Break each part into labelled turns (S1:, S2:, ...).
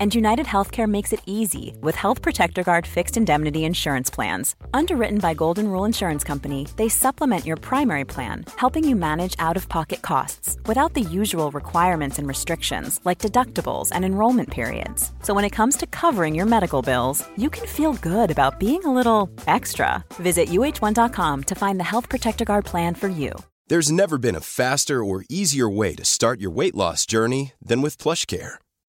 S1: And United Healthcare makes it easy with Health Protector Guard fixed indemnity insurance plans. Underwritten by Golden Rule Insurance Company, they supplement your primary plan, helping you manage out of pocket costs without the usual requirements and restrictions like deductibles and enrollment periods. So when it comes to covering your medical bills, you can feel good about being a little extra. Visit uh1.com to find the Health Protector Guard plan for you.
S2: There's never been a faster or easier way to start your weight loss journey than with PlushCare.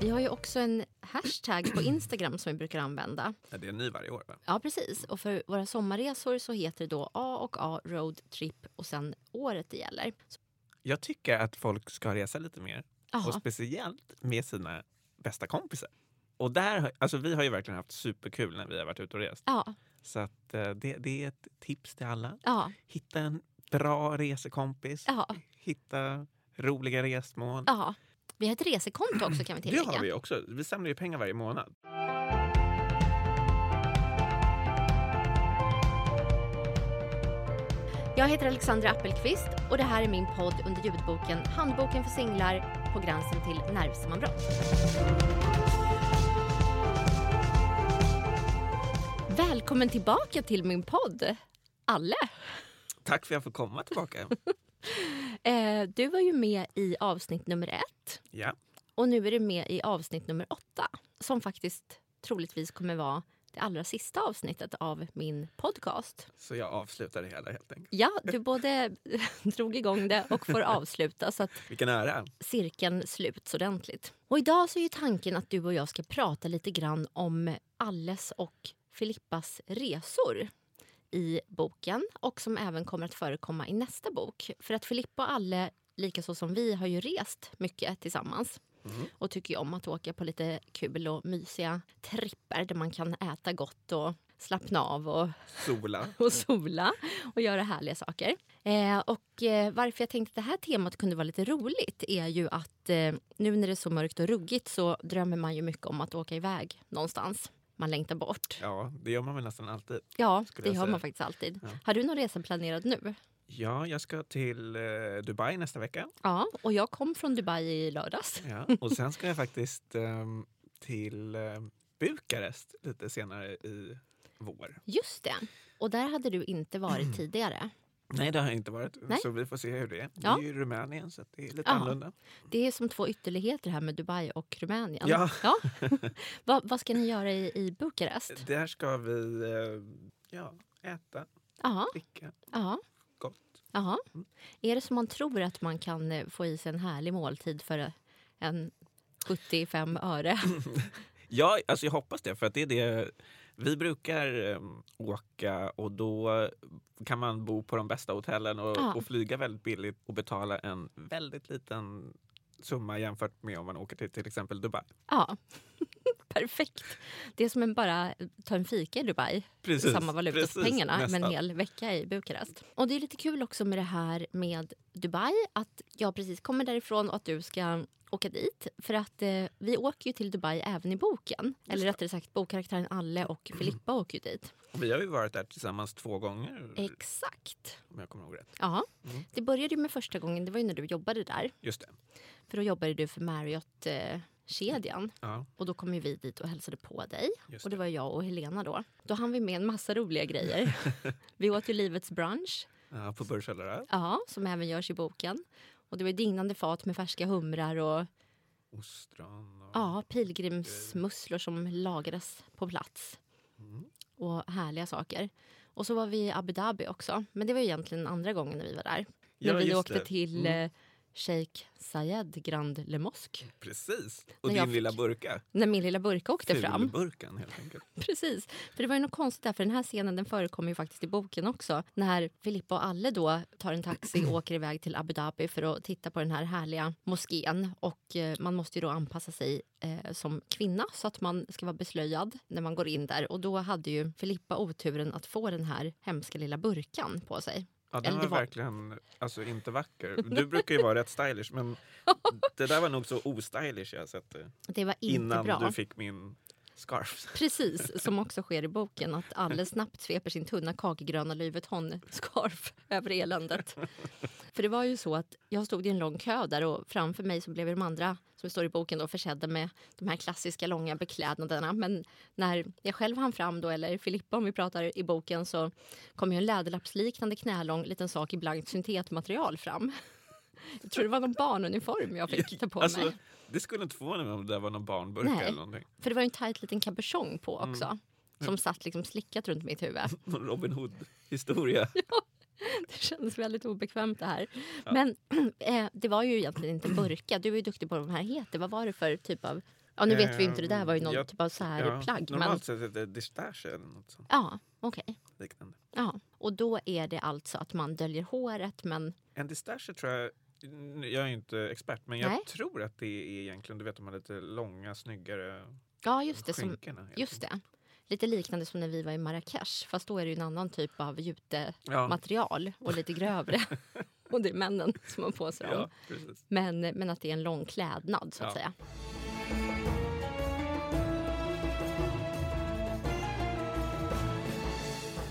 S3: Vi har ju också en hashtag på Instagram som vi brukar använda.
S4: Ja, Det är ny varje år va?
S3: Ja, precis. Och för våra sommarresor så heter det då A och A Road Trip och sen året det gäller. Så,
S4: Jag tycker att folk ska resa lite mer. Och
S3: Jaha.
S4: speciellt med sina bästa kompisar. Och där, har- alltså vi har ju verkligen haft superkul när vi har varit ute och rest.
S3: ja,
S4: Så att, eh, det, det är ett tips till alla.
S3: ja,
S4: Hitta en bra resekompis.
S3: ja,
S4: Hitta roliga resmål.
S3: ja. Vi har ett resekonto också kan vi tillägga.
S4: det har vi ju också. Vi samlar ju pengar varje månad.
S3: Jag heter Alexandra Appelqvist och det här är min podd under ljudboken Handboken för singlar på gränsen till nervsammanbrott. Välkommen tillbaka till min podd, Alle.
S4: Tack för att jag får komma tillbaka.
S3: Eh, du var ju med i avsnitt nummer ett
S4: ja.
S3: och nu är du med i avsnitt nummer åtta som faktiskt troligtvis kommer vara det allra sista avsnittet av min podcast.
S4: Så jag avslutar det hela helt enkelt.
S3: Ja, du både drog igång det och får avsluta så att
S4: Vilken ära.
S3: cirkeln sluts ordentligt. Och idag så är ju tanken att du och jag ska prata lite grann om Alles och Filippas resor i boken och som även kommer att förekomma i nästa bok. För att Filippa och Alle, lika så som vi, har ju rest mycket tillsammans och tycker ju om att åka på lite kul och mysiga tripper där man kan äta gott och slappna av och
S4: Sola.
S3: och sola och göra härliga saker. Eh, och eh, varför jag tänkte att det här temat kunde vara lite roligt är ju att eh, nu när det är så mörkt och ruggigt så drömmer man ju mycket om att åka iväg någonstans. Man längtar bort. Ja,
S4: Ja, det gör man väl nästan alltid. skulle
S3: det
S4: jag
S3: gör
S4: säga.
S3: man faktiskt alltid.
S4: Ja.
S3: Har du någon resa planerad nu?
S4: Ja, jag ska till eh, Dubai nästa vecka.
S3: Ja, och jag kom från Dubai i lördags.
S4: Ja, och sen ska jag faktiskt ehm, till eh, Bukarest lite senare i vår.
S3: Just det. Och där hade du inte varit tidigare.
S4: Nej, det har jag inte varit.
S3: Nej.
S4: Så vi får se hur det är.
S3: Ja.
S4: Det är ju Rumänien, så att det är lite
S3: Ja.
S4: annorlunda.
S3: Det är som två ytterligheter här med Dubai och Rumänien.
S4: Ja.
S3: Vad- vad ska ni göra i, i Bukarest?
S4: Där ska vi eh, ja, äta,
S3: Ja,
S4: dricka
S3: ja.
S4: gott.
S3: Jaha. Är det som man tror att man kan eh, få i sig en härlig måltid för eh, en 75 öre?
S4: Ja, alltså jag hoppas det, för att det är det... Vi brukar ehm, åka och då kan man bo på de bästa hotellen och,
S3: Ja.
S4: och flyga väldigt billigt och betala en väldigt liten summa jämfört med om man åker till till exempel Dubai.
S3: Ja. Perfekt. Det är som en bara ta en fika i Dubai.
S4: Precis,
S3: samma valuta
S4: precis,
S3: som pengarna, men en
S4: nästan.
S3: hel vecka i Bukarest. Och det är lite kul också med det här med Dubai, att jag precis kommer därifrån och att du ska åka dit. För att eh, vi åker ju till Dubai även i boken. Eller rättare sagt, bokkaraktären Alle och Filippa åker ju dit.
S4: Och Vi har ju varit där tillsammans två gånger
S3: Eh. Exakt.
S4: om jag kommer ihåg rätt.
S3: Ja. Det började ju med första gången, det var ju när du jobbade där.
S4: Just det.
S3: För då jobbade du för Marriott-kedjan. Eh,
S4: Ja.
S3: Och då kom ju vi dit och hälsade på dig.
S4: Just
S3: och det var jag och Helena då. Då hann vi med en massa roliga grejer. vi åt ju Livets brunch,
S4: Ja, på Burj Al Arab.
S3: ja, som även görs i boken. Och det var ju dignande fat med färska humrar och
S4: Ostron och...
S3: ja, pilgrimsmusslor som lagades på plats. Och härliga saker. Och så var vi i Abu Dhabi också. Men det var ju egentligen andra gången när vi var där.
S4: Ja,
S3: när vi
S4: just
S3: åkte
S4: det. Mm.
S3: till eh, Sheikh Zayed Grand Le Mosque.
S4: Precis. Och
S3: Men
S4: din
S3: jag fick-
S4: lilla burka.
S3: När min lilla burka åkte fram.
S4: Fulburken helt enkelt.
S3: Precis. För det var ju något konstigt där, för den här scenen den förekommer ju faktiskt i boken också. När Filippa och Alle då tar en taxi och åker iväg till Abu Dhabi för att titta på den här härliga moskén. Och eh, man måste ju då anpassa sig eh, som kvinna så att man ska vara beslöjad när man går in där. Och då hade ju Filippa oturen att få den här hemska lilla burkan på sig.
S4: Ja, den
S3: Eller
S4: var,
S3: det var-
S4: verkligen alltså, inte vacker. Du brukar ju vara rätt stylish men det där var nog så ostylish jag har sett det.
S3: Det var inte
S4: Innan
S3: bra.
S4: du fick min scarf.
S3: Precis, som också sker i boken, att Alle snabbt sveper sin tunna kakegröna Löiveton-scarf över eländet. För det var ju så att jag stod i en lång kö där och framför mig så blev ju de andra som står i boken då försedda med de här klassiska långa beklädnaderna. Men när jag själv hann fram då, eller Filippa om vi pratar i boken, så kom ju en läderlappsliknande knälång liten sak i blankt syntetmaterial fram. Jag tror det var någon barnuniform jag fick ta på mig.
S4: Alltså, det skulle inte förvåna mig om det där var någon barnburka
S3: Nej.
S4: eller någonting.
S3: För det var ju en tajt liten capuchong på
S4: Mm.
S3: också. Som satt liksom slickat runt mitt huvud.
S4: Någon Robin Hood-historia.
S3: Det kändes väldigt obekvämt det här. Men eh, det var ju egentligen inte en burka. Du är ju duktig på vad de här heter. Vad var det för typ av... Ja, nu vet vi ju inte. Det där var ju någon
S4: jag-
S3: typ av så här plagg. Men,
S4: Eh, Normalt sett är det distage eller något sånt
S3: ja, okej.
S4: liknande.
S3: Ja. Och då är det alltså att man döljer håret men...
S4: En distage tror jag, jag är ju inte expert, men jag
S3: Nej.
S4: tror att det är egentligen, du vet de här lite långa, snyggare
S3: Ja, just det. Som,
S4: skynkena. helt
S3: just det. Lite liknande som när vi var i Marrakesh. Fast då är det ju en annan typ av
S4: Ja.
S3: jutematerial. Och lite grövre. och det är männen som har på sig dem.
S4: Ja, precis.
S3: Men, men att det är en lång klädnad så att
S4: Ja.
S3: säga.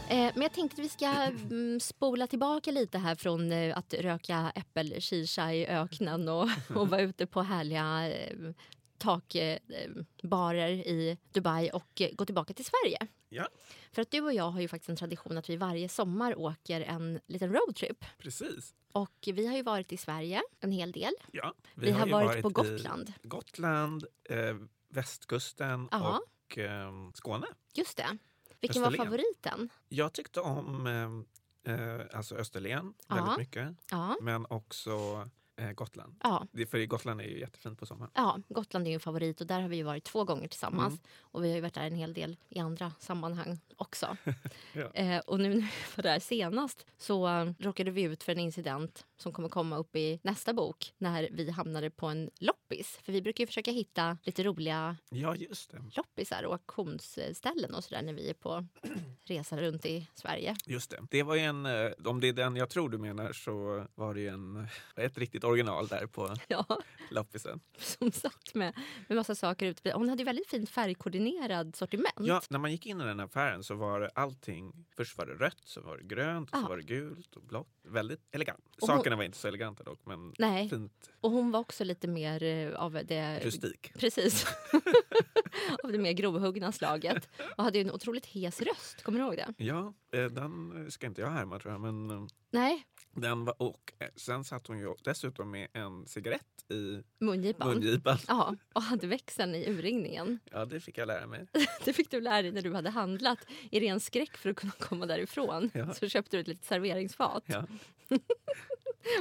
S3: Eh, Men jag tänkte att vi ska mm, spola tillbaka lite här från eh, att röka äppelshisha i öknen och, och vara ute på härliga eh, takbarer i Dubai och eh, gå tillbaka till Sverige.
S4: Ja,
S3: För att du och jag har ju faktiskt en tradition att vi varje sommar åker en liten roadtrip.
S4: precis.
S3: Och vi har ju varit i Sverige en hel del.
S4: Ja,
S3: Vi har
S4: ju
S3: varit på
S4: i
S3: Gotland.
S4: Gotland, eh, västkusten
S3: Ja.
S4: och eh, Skåne.
S3: Just det. Vilken var
S4: Österlen.
S3: favoriten? jag
S4: Jag tyckte om eh, eh, alltså Österlen
S3: Ja.
S4: väldigt mycket,
S3: Ja,
S4: men också eh, Gotland.
S3: ja,
S4: Det, för Gotland är ju jättefint på sommaren.
S3: ja, Gotland är ju en favorit och där har vi ju varit två gånger tillsammans.
S4: Mm.
S3: Och vi har ju varit där en hel del i andra sammanhang också.
S4: Ja.
S3: eh, och nu när vi var där senast så eh, råkade vi ut för en incident som kommer komma upp i nästa bok när vi hamnade på en loppis. För vi brukar ju försöka hitta lite roliga
S4: Ja, just det.
S3: loppisar och auktionsställen och sådär när vi är på resa runt i Sverige.
S4: Just det. det var ju en, eh, om det är den jag tror du menar så var det ju en, eh, ett riktigt original där på
S3: Ja.
S4: loppisen.
S3: som satt med, med massa saker ute. Hon hade ju väldigt fint färgkoordinerad sortiment.
S4: Ja, när man gick in i den affären så var allting, först var det rött, så var det grönt, och så
S3: Ja.
S4: var det gult och blått. Väldigt elegant.
S3: Och hon-
S4: Sakerna var inte så eleganta dock, men
S3: Nej,
S4: fint,
S3: och hon var också lite mer eh, av det...
S4: rustik.
S3: Precis. av det mer grovhuggna slaget. Och hade ju en otroligt hes röst, kommer du ihåg det?
S4: Ja, eh, den eh, ska inte jag härma tror jag, men eh,
S3: Nej,
S4: den var, och eh, sen satt hon ju dessutom med en cigarett i
S3: mungipan.
S4: mungipan.
S3: Ja, och hade växeln i urringningen.
S4: Ja, det fick jag lära mig.
S3: Det fick du lära dig när du hade handlat i ren skräck för att kunna komma därifrån.
S4: Ja.
S3: Så köpte du ett litet serveringsfat
S4: Ja.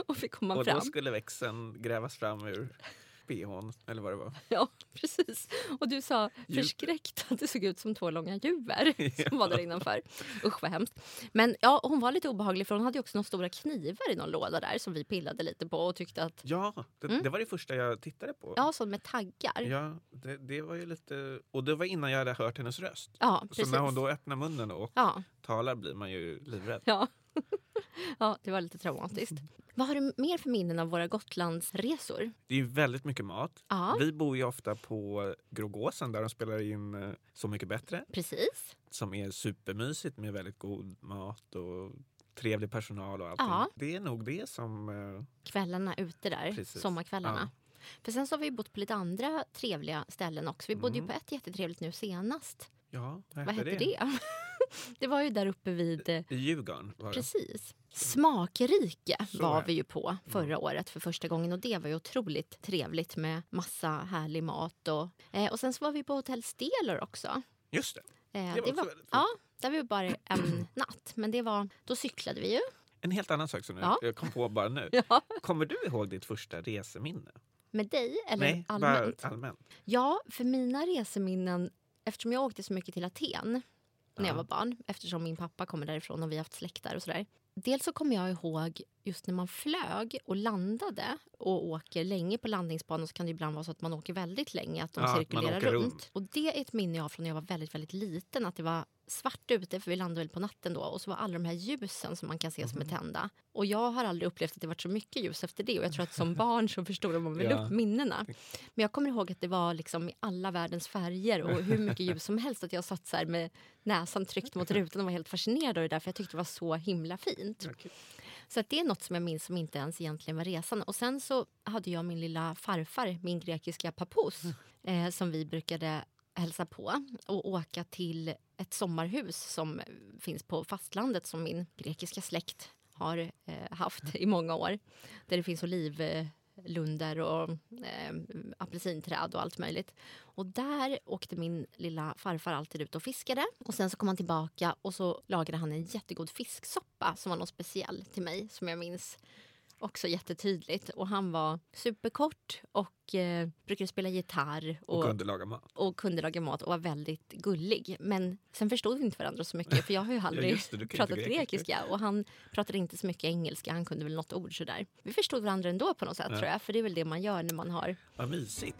S3: och fick komma
S4: Och
S3: fram.
S4: då skulle växeln grävas fram ur bhn, eller vad det var.
S3: Ja, precis. Och du sa
S4: Djur.
S3: förskräckt att det såg ut som två långa djur som var där innanför. Usch vad hemskt. Men ja, hon var lite obehaglig för hon hade ju också några stora knivar i någon låda där som vi pillade lite på och tyckte att,
S4: Ja, det, det var det första jag tittade på.
S3: Mm. ja som med taggar. Ja,
S4: Ja, det, det var ju lite... Och det var innan jag hade hört hennes röst.
S3: precis.
S4: Så när hon då öppnar munnen och
S3: Ja,
S4: talar blir man ju livrädd.
S3: ja. ja, det var lite traumatiskt. Vad har du mer för minnen av våra Gotlandsresor?
S4: Det är ju väldigt mycket mat.
S3: Ja,
S4: Vi bor ju ofta på Grågåsen där de spelar in eh, Så mycket bättre.
S3: precis.
S4: Som är supermysigt med väldigt god mat och trevlig personal och allting.
S3: Ja.
S4: Det är nog det som... eh,
S3: Kvällarna ute där,
S4: Precis.
S3: sommarkvällarna.
S4: Ja.
S3: För sen så har vi ju bott på lite andra trevliga ställen också. Vi
S4: Mm.
S3: bodde ju på ett jättetrevligt nu senast.
S4: Ja, vad
S3: Vad
S4: hette
S3: hette det? Det, var ju där uppe vid... eh,
S4: I Djurgården var det.
S3: Precis. Smakrike
S4: Så
S3: var
S4: är Mm.
S3: vi ju på förra året för första gången och det var ju otroligt trevligt med massa härlig mat. Och, eh, och sen så var vi på hotell Stelor också.
S4: Just det.
S3: Eh,
S4: Det var också väldigt fint.
S3: ja, där vi var bara en natt. Men det var, då cyklade vi ju
S4: En helt annan sak som
S3: Ja.
S4: jag kom på bara nu.
S3: Ja.
S4: Kommer du ihåg ditt första reseminne?
S3: Med dig eller
S4: Nej,
S3: allmänt?
S4: Bara allmänt.
S3: Ja, för mina reseminnen, eftersom jag åkte så mycket till Aten när jag
S4: Ja.
S3: var barn, eftersom min pappa kommer därifrån och vi har haft släkt där och sådär. Dels så kommer jag ihåg just när man flög och landade och åker länge på landningsbanan så kan det ibland vara så att man åker väldigt länge, att de
S4: Ja, att man
S3: cirkulerar
S4: åker
S3: runt.
S4: runt.
S3: Och det är ett minne jag har från när jag var väldigt, väldigt liten, att det var svart ute för vi landade väl på natten då och så var alla de här ljusen som man kan se som är tända. Och jag har aldrig upplevt att det varit så mycket ljus efter det och jag tror att som barn så förstorar man väl
S4: Ja.
S3: upp minnena. Men jag kommer ihåg att det var liksom i alla världens färger och hur mycket ljus som helst. Att jag satt så här med näsan tryckt mot rutan och var helt fascinerad av det där för jag tyckte det var så himla fint. Så att det är något som jag minns som inte ens egentligen var resan. Och sen så hade jag min lilla farfar, min grekiska pappus, eh, som vi brukade hälsa på och åka till ett sommarhus som finns på fastlandet som min grekiska släkt har eh, haft i många år. Där det finns olivlunder och eh, apelsinträd och allt möjligt. Och där åkte min lilla farfar alltid ut och fiskade. Och sen så kom han tillbaka och så lagade han en jättegod fisksoppa som var något speciell till mig som jag minns också jättetydligt. Och han var superkort och eh, brukade spela gitarr
S4: Och kunde laga mat.
S3: och kunde laga mat och var väldigt gullig. Men sen förstod vi inte varandra så mycket för jag har ju aldrig
S4: just det, du kan ju
S3: pratat
S4: inte grekiska.
S3: grekiska och han pratade inte så mycket engelska, han kunde väl något ord sådär. Vi förstod varandra ändå på något sätt tror jag, för det är väl det man gör när man har...
S4: Vad mysigt.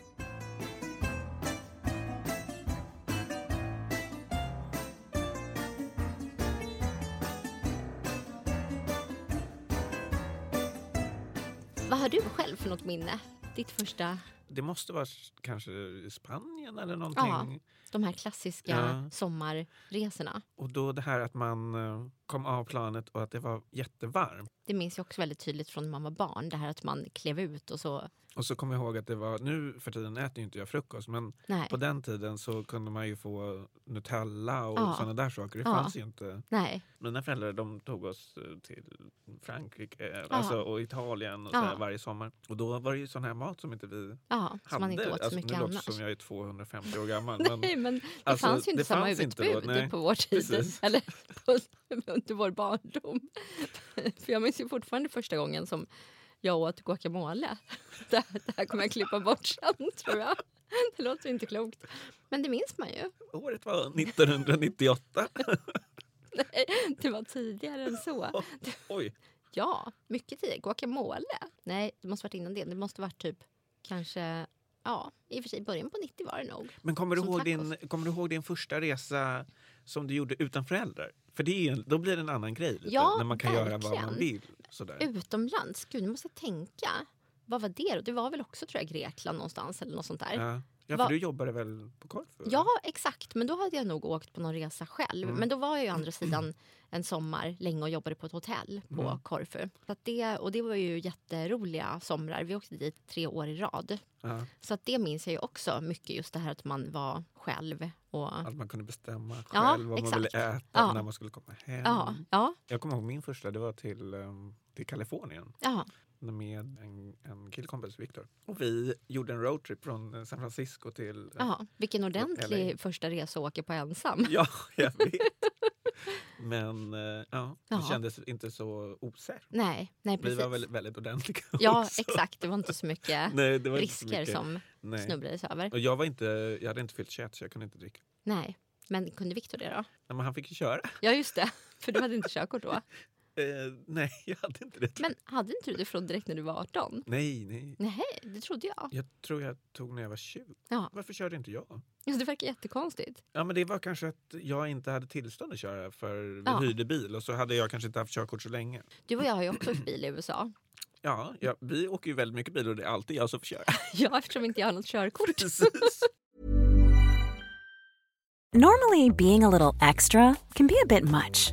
S3: Vad har du själv för något minne? Ditt första,
S4: Det måste vara s- kanske Spanien eller någonting.
S3: de här klassiska
S4: Ja.
S3: sommarresorna.
S4: Och då det här att man eh, kom av planet och att det var jättevarmt.
S3: Det minns jag också väldigt tydligt från när man var barn, det här att man klev ut och så...
S4: Och så kommer jag ihåg att det var, nu för tiden äter ju inte jag frukost, men
S3: Nej,
S4: på den tiden så kunde man ju få Nutella och
S3: Ja.
S4: sådana där saker. Det
S3: Ja.
S4: fanns ju inte.
S3: nej,
S4: Mina föräldrar de tog oss eh, till Frankrike eh,
S3: Ja.
S4: alltså, och Italien och
S3: Ja.
S4: så här varje sommar. Och då var det ju sån här mat som inte vi
S3: ja, så
S4: hade.
S3: man inte åt så
S4: alltså,
S3: mycket
S4: nu låter
S3: annars.
S4: det som jag är 250 år gammal.
S3: Nej,
S4: men,
S3: men det
S4: Alltså,
S3: fanns ju inte
S4: det
S3: samma
S4: fanns inte
S3: utbud
S4: då, nej.
S3: på vår tid.
S4: Precis.
S3: Eller på, under vår barndom. För jag minns ju fortfarande första gången som jag åt guacamole. Det, det här kommer jag klippa bort sen, tror jag. Det låter ju inte klokt. Men det minns man ju.
S4: året var 1998.
S3: Nej, Det var tidigare än så.
S4: Oj,
S3: Ja, mycket tidigare. Guacamole. Nej, det måste varit innan det. Det måste varit typ kanske... Ja, i och för sig början på 90 var det nog.
S4: Men kommer du,
S3: Som
S4: ihåg
S3: tacos.
S4: din, kommer du ihåg din första resa som du gjorde utan föräldrar? För det är ju en, då blir det en annan grej. Lite,
S3: Ja,
S4: när man kan göra vad man
S3: verkligen.
S4: vill. Sådär.
S3: Utomlands? Gud, nu måste jag tänka. Vad var det då? Det var väl också tror jag Grekland någonstans eller något sånt där. Ja.
S4: Ja. ja, för
S3: Va-
S4: du jobbade väl på Korfu?
S3: exakt. Men då hade jag nog åkt på någon resa själv.
S4: Mm.
S3: Men då var jag ju å andra sidan en sommar länge och jobbade på ett hotell på
S4: Mm.
S3: Korfu. Så att det, och det var ju jätteroliga somrar. Vi åkte dit tre år i rad.
S4: Ja,
S3: Så att det minns jag ju också mycket, just det här att man var själv. Och,
S4: att man kunde bestämma själv
S3: Ja,
S4: vad man
S3: exakt.
S4: ville äta
S3: Ja.
S4: och när man skulle komma hem.
S3: ja, ja,
S4: Jag kommer ihåg min första, det var till, ehm, till Kalifornien
S3: ja,
S4: med en, en killkompis, Viktor. Och vi gjorde en roadtrip från eh, San Francisco till...
S3: ja. Vilken
S4: LA.
S3: ordentlig första resa att åka på ensam.
S4: Ja, jag vet. Men eh, ja, det
S3: Ja.
S4: kändes inte så osäkert.
S3: Nej, nej precis.
S4: Vi var väl väldigt ordentliga
S3: Ja,
S4: också.
S3: exakt. Det var inte så mycket
S4: Nej, det var inte så
S3: risker
S4: mycket.
S3: som
S4: Nej.
S3: snubblades över.
S4: Och jag, var inte, jag hade inte fyllt 21 så jag kunde inte dricka.
S3: Nej, men kunde Viktor det då?
S4: Nej, men han fick ju köra.
S3: Ja, just det. För du hade inte körkort då.
S4: Eh, nej, jag hade inte det.
S3: Men hade inte du det från direkt när du var 18?
S4: Nej, nej.
S3: Nej, det trodde jag.
S4: Jag tror jag tog när jag var 20.
S3: Ja.
S4: Varför körde inte jag?
S3: Just det verkar jättekonstigt.
S4: Ja, men det var kanske att jag inte hade tillstånd att köra för vi
S3: Ja.
S4: hyrde bil och så hade jag kanske inte haft körkort så länge.
S3: Du och jag har ju också åkt bil i USA.
S4: Ja, ja vi åker ju väldigt mycket bil och det är alltid jag som får köra.
S3: Ja, eftersom inte jag har något körkort.
S4: Precis.
S1: Normally, being a little extra can be a bit much,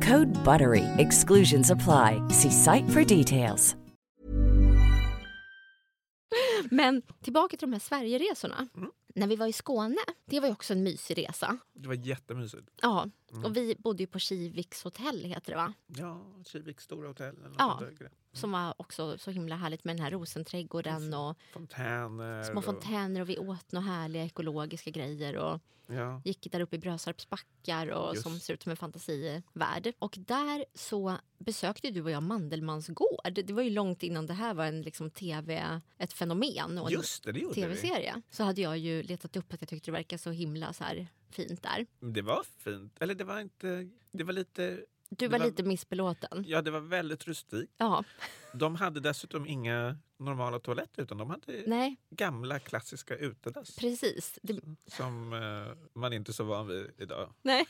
S5: Code BUTTERY. Exclusions apply. See site for details.
S3: Men tillbaka till de här Sverigeresorna.
S4: Mm.
S3: När vi var i Skåne, det var ju också en mysig resa.
S4: Det var jättemysigt.
S3: Ja,
S4: Mm.
S3: och vi bodde ju på Kiviks hotell heter det va?
S4: Ja, Kiviks stora hotell. eller något
S3: Ja.
S4: sånt där.
S3: Som var också så himla härligt med den här rosenträdgården och
S4: Fontäner.
S3: små
S4: och-
S3: fontäner och vi åt några härliga ekologiska grejer och
S4: Ja.
S3: gick där uppe i Brösarps backar och
S4: Just.
S3: som ser ut som en fantasivärld. Och där så besökte du och jag Mandelmans gård. Det var ju långt innan det här var en liksom tv, ett fenomen och en
S4: Just det, det gjorde vi.
S3: tv-serie. Så hade jag ju letat upp att jag tyckte det verkade så himla så här fint där.
S4: Det var fint. Eller det var inte... Det var lite...
S3: Du
S4: Det
S3: var
S4: var-
S3: lite missbelåten.
S4: Ja, det var väldigt rustikt.
S3: Ja,
S4: De hade dessutom inga normala toaletter utan de hade
S3: nej,
S4: gamla klassiska utedass
S3: precis. Det,
S4: Mm. som eh, man inte är så van vid idag.
S3: nej.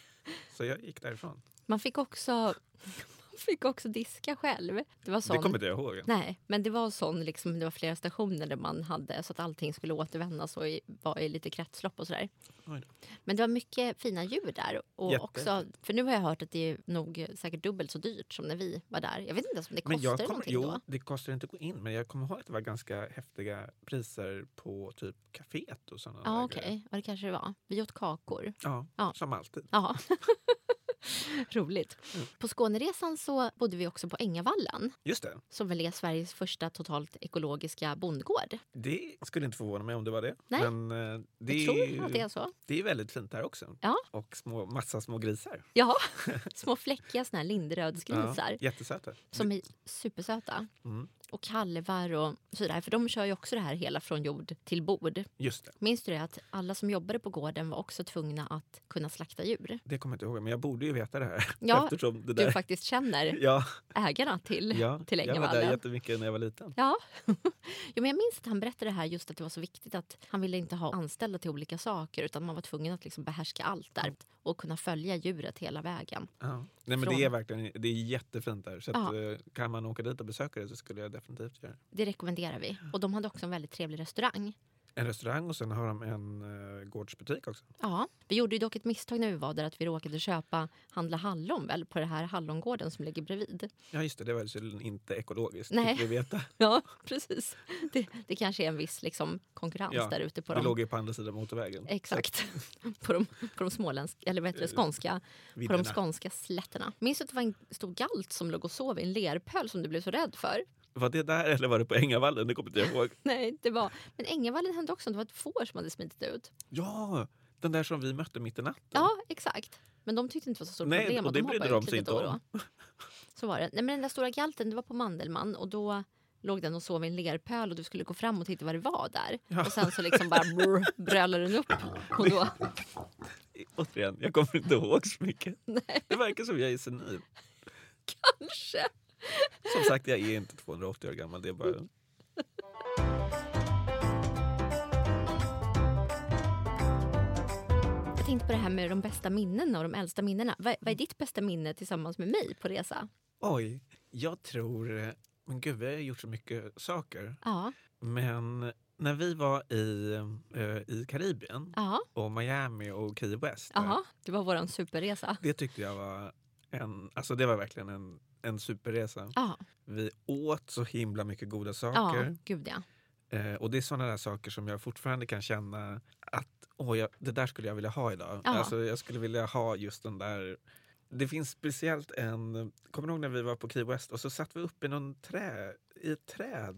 S4: Så jag gick därifrån.
S3: Man fick också, man fick också diska själv. Det var sån,
S4: Det kommer inte jag ihåg.
S3: Nej, men det var sån, liksom, det var flera stationer där man hade så att allting skulle återvändas och i, var i lite kretslopp och sådär.
S4: Oj då.
S3: Men det var mycket fina djur där. Och
S4: Jättefint.
S3: också, för nu har jag hört att det är nog säkert dubbelt så dyrt som när vi var där. Jag vet inte ens om det
S4: Men jag
S3: kostade
S4: kom,
S3: någonting
S4: jo,
S3: då.
S4: det kostar inte att gå in, men jag kommer ihåg att det var ganska häftiga priser på typ kaféet och sådana
S3: Ja,
S4: där
S3: Ah, okej.
S4: grejer.
S3: Ja, det kanske det var. Vi åt kakor.
S4: Ja,
S3: Ja.
S4: som alltid.
S3: Ja. Roligt.
S4: Mm.
S3: På Skåneresan så bodde vi också på Ängavallen
S4: Just det.
S3: som väl är Sveriges första totalt ekologiska bondgård.
S4: Det skulle inte förvåna mig om det var det.
S3: Nej.
S4: Men eh, det,
S3: Jag
S4: är ju,
S3: tror att det är så.
S4: det är väldigt fint där också.
S3: Ja.
S4: Och små, massa små grisar.
S3: Ja, små fläckiga såna här linderödsgrisar
S4: Ja, jättesöta.
S3: som är supersöta.
S4: Mm.
S3: Och kalvar och sådär. För de kör ju också det här hela från jord till bord.
S4: Just det.
S3: Minns du det att alla som jobbade på gården var också tvungna att kunna slakta djur?
S4: Det kommer jag inte ihåg, men jag borde ju veta det här.
S3: Ja,
S4: Eftersom det där...
S3: Du faktiskt känner
S4: Ja,
S3: ägarna till,
S4: ja.
S3: till
S4: jag var där
S3: Ängavallen.
S4: jättemycket när jag var liten.
S3: Ja. jo, men jag minns att han berättade det här just att det var så viktigt att han ville inte ha anställda till olika saker utan man var tvungen att liksom behärska allt
S4: Mm.
S3: där och kunna följa djuret hela vägen.
S4: Ja. Nej, men
S3: Från-
S4: Det är verkligen det är jättefint där. Så att,
S3: Ja.
S4: eh, kan man åka dit och besöka det så skulle jag definitivt göra det.
S3: Det rekommenderar vi. Och de hade också en väldigt trevlig restaurang.
S4: En restaurang och sen har de en eh, gårdsbutik också.
S3: Ja, vi gjorde ju dock ett misstag när vi var där att vi råkade köpa handla hallon väl på det här hallongården som ligger bredvid.
S4: Ja just det, det var ju tydligen inte ekologiskt.
S3: Nej.
S4: fick Vi veta.
S3: Ja, precis. Det, det kanske är en viss liksom, konkurrens
S4: Ja,
S3: där ute på
S4: Det
S3: de
S4: låg ju på andra sidan motorvägen.
S3: Exakt. på de, på de småländska, eller vad heter det, skånska, på de
S4: Eh, vidderna.
S3: skånska slätterna. Minns du att det var en stor galt som låg och sov i en lerpöl som du blev så rädd för?
S4: Var det där eller var det på Ängavallen? Det kommer inte jag ihåg.
S3: Nej, det var... Men Ängavallen hände också, det var ett får som hade smitit ut.
S4: Ja, den där som vi mötte mitt i natten.
S3: Ja, exakt. Men de tyckte inte det var så stort
S4: Nej,
S3: problem.
S4: och
S3: att
S4: det
S3: hoppade
S4: brydde de
S3: ut
S4: sig
S3: lite
S4: inte
S3: då och då. Så var det. Nej, men den där stora galten, det var på Mandelmann och då låg den och sov i en lerpöl och du skulle gå fram och titta vad det var där. Och sen så liksom bara brr, brölade den upp. Och då,
S4: Återigen, jag kommer inte ihåg så mycket. Det verkar som jag är senil.
S3: kanske.
S4: Som sagt, jag är inte 280 år gammal. Det är bara...
S3: Jag tänkte på det här med de bästa minnena och de äldsta minnena. Vad, vad är ditt bästa minne tillsammans med mig på resa?
S4: Oj, jag tror... eh, Men gud, vi har gjort så mycket saker.
S3: Ja,
S4: Men när vi var i, eh, i Karibien
S3: ja,
S4: och Miami och Key West. där,
S3: ja. Det var våran superresa.
S4: Det tyckte jag var en, alltså det var verkligen en, en superresa.
S3: Ja,
S4: Vi åt så himla mycket goda
S3: ja,
S4: saker.
S3: gud ja.
S4: Eh, och det är sådana där saker som jag fortfarande kan känna att åh, jag, det där skulle jag vilja ha idag.
S3: Ja.
S4: Alltså, jag skulle vilja ha just den där Det finns speciellt en... Kommer du ihåg när vi var på Key West och så satt vi uppe i, någon trä, i ett träd?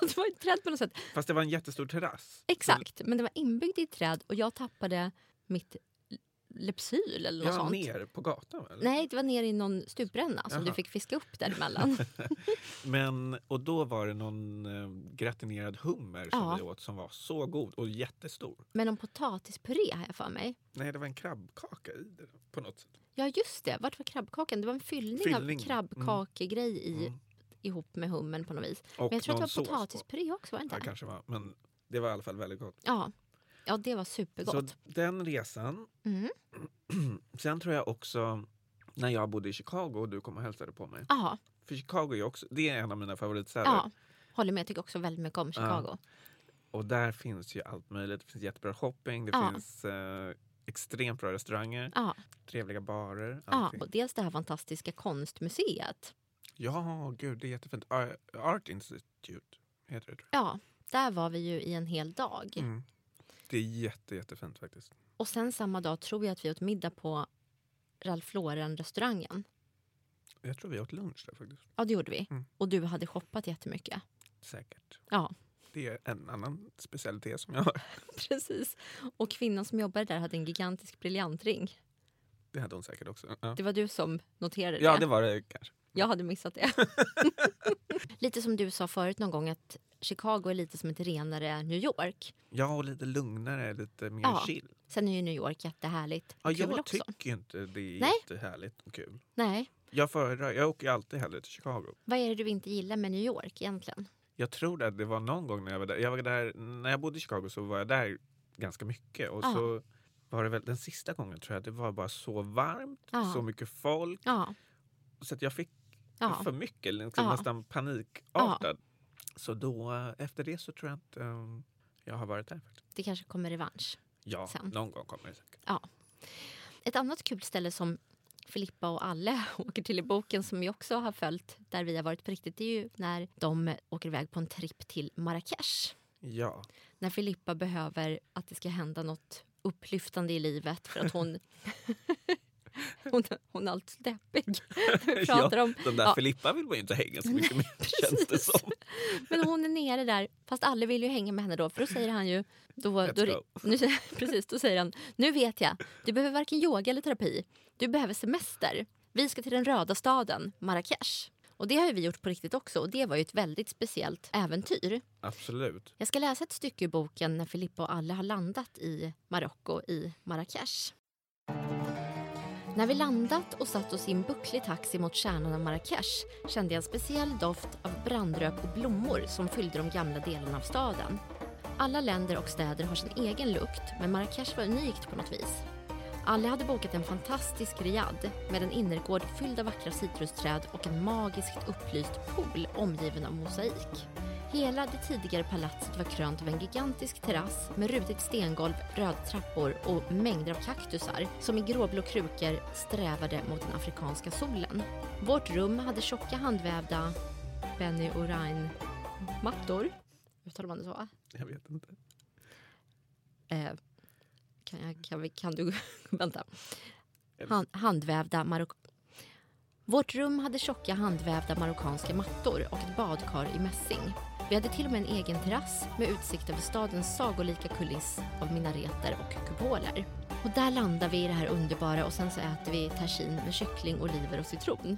S3: det var ett träd på något sätt.
S4: Fast det var en jättestor terrass.
S3: Exakt, men det var inbyggd i ett träd och jag tappade mitt l- lepsyl eller något
S4: Ja,
S3: sånt.
S4: ner på gatan väl?
S3: Nej, det var ner i någon stupränna som
S4: Jaha.
S3: du fick fiska upp däremellan.
S4: Men, och då var det någon eh, gratinerad hummer som
S3: Ja.
S4: vi åt som var så god och jättestor.
S3: men en potatispuré har jag för mig.
S4: Nej, det var en krabbkaka i det på något sätt.
S3: Ja, just det. Vart var krabbkakan? Det var en fyllning,
S4: Fyllning.
S3: av
S4: Mm.
S3: krabbkakegrej i, ihop med hummen på något vis.
S4: Och
S3: men jag tror att
S4: någon
S3: det var
S4: sås på.
S3: potatispuré också, var det inte?
S4: Ja, kanske var. Men det var i alla fall väldigt gott.
S3: Ja. ja, det var supergott.
S4: Så den resan.
S3: Mm.
S4: Sen tror jag också när jag bodde i Chicago och du kom och hälsade på mig.
S3: Ja,
S4: För Chicago är ju också, det är en av mina favoritstäder.
S3: ja. Håller med. Jag tycker också väldigt mycket om Chicago.
S4: Och där finns ju allt möjligt. Det finns jättebra shopping, det
S3: Ja.
S4: finns eh, extremt bra restauranger,
S3: Ja,
S4: trevliga barer.
S3: ja.
S4: allting.
S3: Och dels det här fantastiska konstmuseet.
S4: Ja, gud, det är jättefint. Ar- Art Institute heter det. tror jag.
S3: Ja, där var vi ju i en hel dag.
S4: Mm. Det är jätte, jättefint faktiskt.
S3: Och sen samma dag tror jag att vi åt middag på Ralph Lauren-restaurangen.
S4: Jag tror vi åt lunch där faktiskt.
S3: Ja, det gjorde vi.
S4: Mm.
S3: Och du hade shoppat jättemycket.
S4: Säkert.
S3: Ja,
S4: Det är en annan specialitet som jag har.
S3: precis. Och kvinnan som jobbade där hade en gigantisk briljantring.
S4: Det hade hon säkert också. Ja,
S3: Det var du som noterade
S4: ja
S3: det.
S4: det var det kanske.
S3: Jag hade missat det. lite som du sa förut någon gång att Chicago är lite som ett renare New York.
S4: Ja, och lite lugnare, lite mer
S3: Ja.
S4: chill.
S3: Sen är ju New York jättehärligt.
S4: Ja,
S3: och kul
S4: jag
S3: också.
S4: tycker inte det är
S3: Nej.
S4: jättehärligt och kul.
S3: Nej.
S4: Jag, föredrar, jag åker ju alltid hellre till Chicago.
S3: Vad är det du inte gillar med New York egentligen?
S4: Jag tror att det var någon gång när jag var där. Jag var där när jag bodde i Chicago så var jag där ganska mycket. Och
S3: Ja.
S4: så var det väl den sista gången tror jag. Det var bara så varmt,
S3: Ja.
S4: så mycket folk.
S3: Ja.
S4: Så att jag fick
S3: ja.
S4: för mycket, liksom,
S3: Ja.
S4: nästan panikartad. Så då, eh, efter det så tror jag att eh, jag har varit där. faktiskt.
S3: Det kanske kommer revansch.
S4: Ja,
S3: Sen.
S4: någon gång kommer det säkert.
S3: Ett annat kul ställe som Filippa och Alle åker till i boken som vi också har följt där vi har varit på riktigt det är ju när de åker iväg på en tripp till Marrakesh.
S4: Ja.
S3: När Filippa behöver att det ska hända något upplyftande i livet för att hon hon, hon är alltid deppig. Vi pratar om,
S4: De där
S3: ja.
S4: Filippa vill man ju inte hänga så mycket med, känns det
S3: precis.
S4: som.
S3: men hon är nere där fast Alle vill ju hänga med henne då för då säger han ju då,
S4: Let's
S3: då,
S4: go.
S3: nu, precis, då säger han nu vet jag, du behöver varken yoga eller terapi. Du behöver semester. Vi ska till den röda staden Marrakesh. Och det har ju vi gjort på riktigt också och det var ju ett väldigt speciellt äventyr.
S4: Absolut.
S3: Jag ska läsa ett stycke ur boken när Filippa och Alle har landat i Marocko i Marrakesh. När vi landat och satt oss i en bucklig taxi mot kärnan av Marrakesh kände jag en speciell doft av brandrök och blommor som fyllde de gamla delarna av staden. Alla länder och städer har sin egen lukt, men Marrakesh var unikt på något vis. Alle hade bokat en fantastisk riad med en innergård fylld av vackra citrusträd och en magiskt upplyst pool omgiven av mosaik. Hela det tidigare palatset var krönt av en gigantisk terrass med rutigt stengolv, röda trappor och mängder av kaktusar som i gråblå krukor strävade mot den afrikanska solen. Vårt rum hade tjocka handvävda Benny Orain-mattor. Uttalar man det så? va?
S4: Jag vet inte.
S3: Eh, kan, jag, kan, vi- kan du... vänta.
S4: Eller-
S3: Han, handvävda Marok... Vårt rum hade tjocka handvävda marockanska mattor och ett badkar i mässing. Vi hade till och med en egen terrass med utsikt över stadens sagolika kuliss av minareter och kupoler. Och där landar vi i det här underbara och sen så äter vi tagine med kyckling, oliver och citron.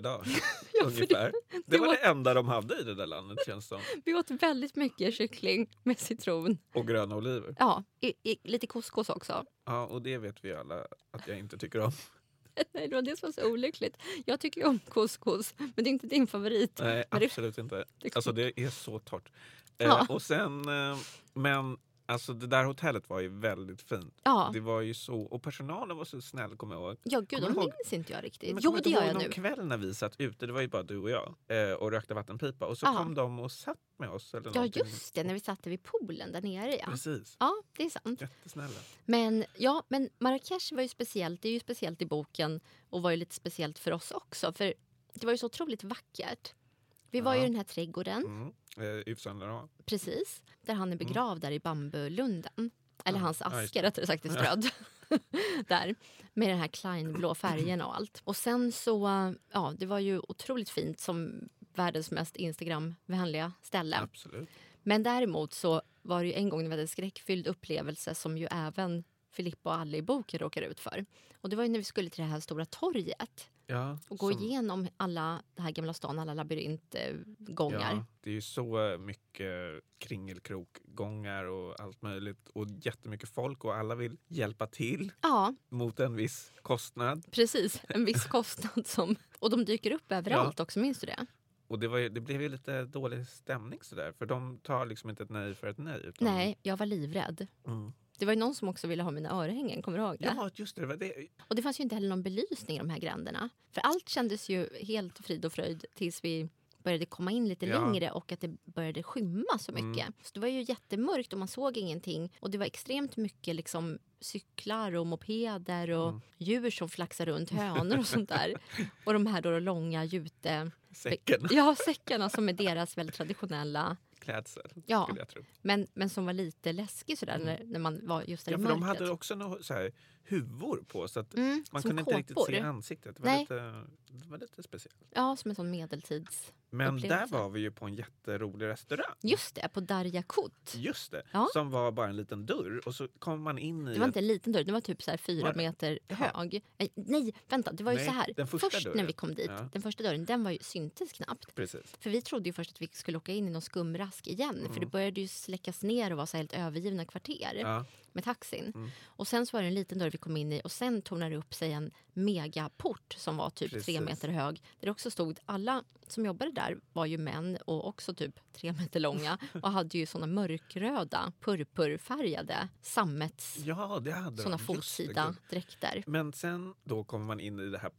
S4: dag,
S3: för det-
S4: ungefär. Det,
S3: det
S4: var
S3: var-
S4: det enda de hade i det där landet, känns som.
S3: Vi åt väldigt mycket kyckling med citron.
S4: Och gröna oliver.
S3: Ja, i, i, lite couscous också.
S4: Ja, och det vet vi alla att jag inte tycker om.
S3: Nej, det var det som var så olyckligt. Jag tycker ju om couscous, men det är inte din favorit.
S4: Nej,
S3: Men det-
S4: absolut inte.
S3: det-
S4: Alltså det är så torrt.
S3: Ja.
S4: Eh, och sen, eh, men alltså det där hotellet var ju väldigt fint.
S3: Ja,
S4: Det var ju så, och personalen var så snäll kommer jag ihåg.
S3: ja gud,
S4: kommer
S3: de
S4: du ihåg-
S3: minns inte jag riktigt.
S4: Men
S3: jo,
S4: kommer
S3: det
S4: du
S3: gör
S4: ihåg
S3: jag
S4: någon
S3: nu.
S4: kväll när vi satt ute, det var ju bara du och jag, eh, och rökte vattenpipa. Och så
S3: Ja.
S4: kom de och satt med oss. Eller
S3: Ja,
S4: någonting.
S3: just det, när vi satt vid poolen där nere. Ja,
S4: Precis.
S3: ja det är sant.
S4: Jättesnälla.
S3: Men, ja, men Marrakesh var ju speciellt. Det är ju speciellt i boken och var ju lite speciellt för oss också. För Det var ju så otroligt vackert. Vi var ju
S4: Ja.
S3: i den här trädgården,
S4: Mm. Eh, Yves Saint Laurent.
S3: precis, där han är begravd där i bambulunden. Eller hans
S4: ja, just
S3: aska rättare sagt är strödd. där. Med den här Kleinblå färgen och allt. Och sen så, ja det var ju otroligt fint som världens mest Instagram-vänliga ställe.
S4: Absolut.
S3: Men däremot så var det ju en gång när vi hade en skräckfylld upplevelse som ju även Filippa och Alle i boken råkar ut för. Och det var ju när vi skulle till det här stora torget
S4: Ja,
S3: och gå
S4: som-
S3: igenom alla, det här gamla stan, alla labyrintgångar.
S4: Ja, det är ju så mycket kringelkrokgångar och allt möjligt. Och jättemycket folk och alla vill hjälpa till
S3: ja,
S4: mot en viss kostnad.
S3: precis. En viss kostnad som... Och de dyker upp överallt också, minns du det?
S4: Och det, var ju, det blev ju lite dålig stämning sådär. För de tar liksom inte ett nej för ett nej. Utan,
S3: Nej, jag var livrädd.
S4: Mm.
S3: Det var ju någon som också ville ha mina örhängen, kommer du ihåg det?
S4: Ja, just det. det, var det.
S3: Och det fanns ju inte heller någon belysning i de här gränderna. För allt kändes ju helt frid och fröjd tills vi började komma in lite
S4: Ja. Mm.
S3: längre och att det började skymma så mycket. Så det var ju jättemörkt och man såg ingenting. Och det var extremt mycket liksom cyklar och mopeder och
S4: Mm.
S3: djur som flaxar runt, hönor och sånt där. Och de här då långa jute...
S4: Säcken.
S3: Ja, säckarna som är deras väldigt traditionella.
S4: Klädsel,
S3: Ja.
S4: skulle jag tro.
S3: Men, men som var lite läskig sådär när, när man var just där
S4: Mm. Ja,
S3: i
S4: för
S3: mörkret.
S4: de hade också några så här, huvor på så att
S3: Mm,
S4: man
S3: som
S4: kunde inte riktigt
S3: kåpor.
S4: se ansiktet. Det var,
S3: Nej.
S4: lite, det var lite speciellt.
S3: Ja, som en sån medeltids...
S4: Men där
S3: Upplevelse.
S4: var vi ju på en jätterolig restaurang.
S3: Just det, på Darja Kut.
S4: Just det.
S3: Ja.
S4: Som var bara en liten dörr och så kom man in i...
S3: Det var
S4: en-
S3: inte en liten dörr, den var typ så här fyra
S4: Var det?
S3: meter
S4: Jaha.
S3: hög. Nej, nej, vänta, det var ju
S4: Nej,
S3: så här.
S4: den första
S3: först när
S4: dörren.
S3: vi kom dit,
S4: Ja.
S3: den första dörren, den var ju, syntes knappt.
S4: Precis.
S3: För vi trodde ju först att vi skulle åka in i någon skumrask igen.
S4: Mm.
S3: För det började ju släckas ner och var så här helt övergivna kvarter
S4: Ja. Mm.
S3: med taxin. Och sen så var det en liten dörr vi kom in i och sen tornade det upp sig en megaport som var typ tre
S4: Precis.
S3: meter hög. Där det också stod, alla som jobbade där var ju män och också typ tre meter långa och hade ju såna mörkröda, purpurfärgade sammets
S4: ja, det hade
S3: såna
S4: de. Just det,
S3: fotsida
S4: gud.
S3: dräkter.
S4: Men sen då kommer man in i det här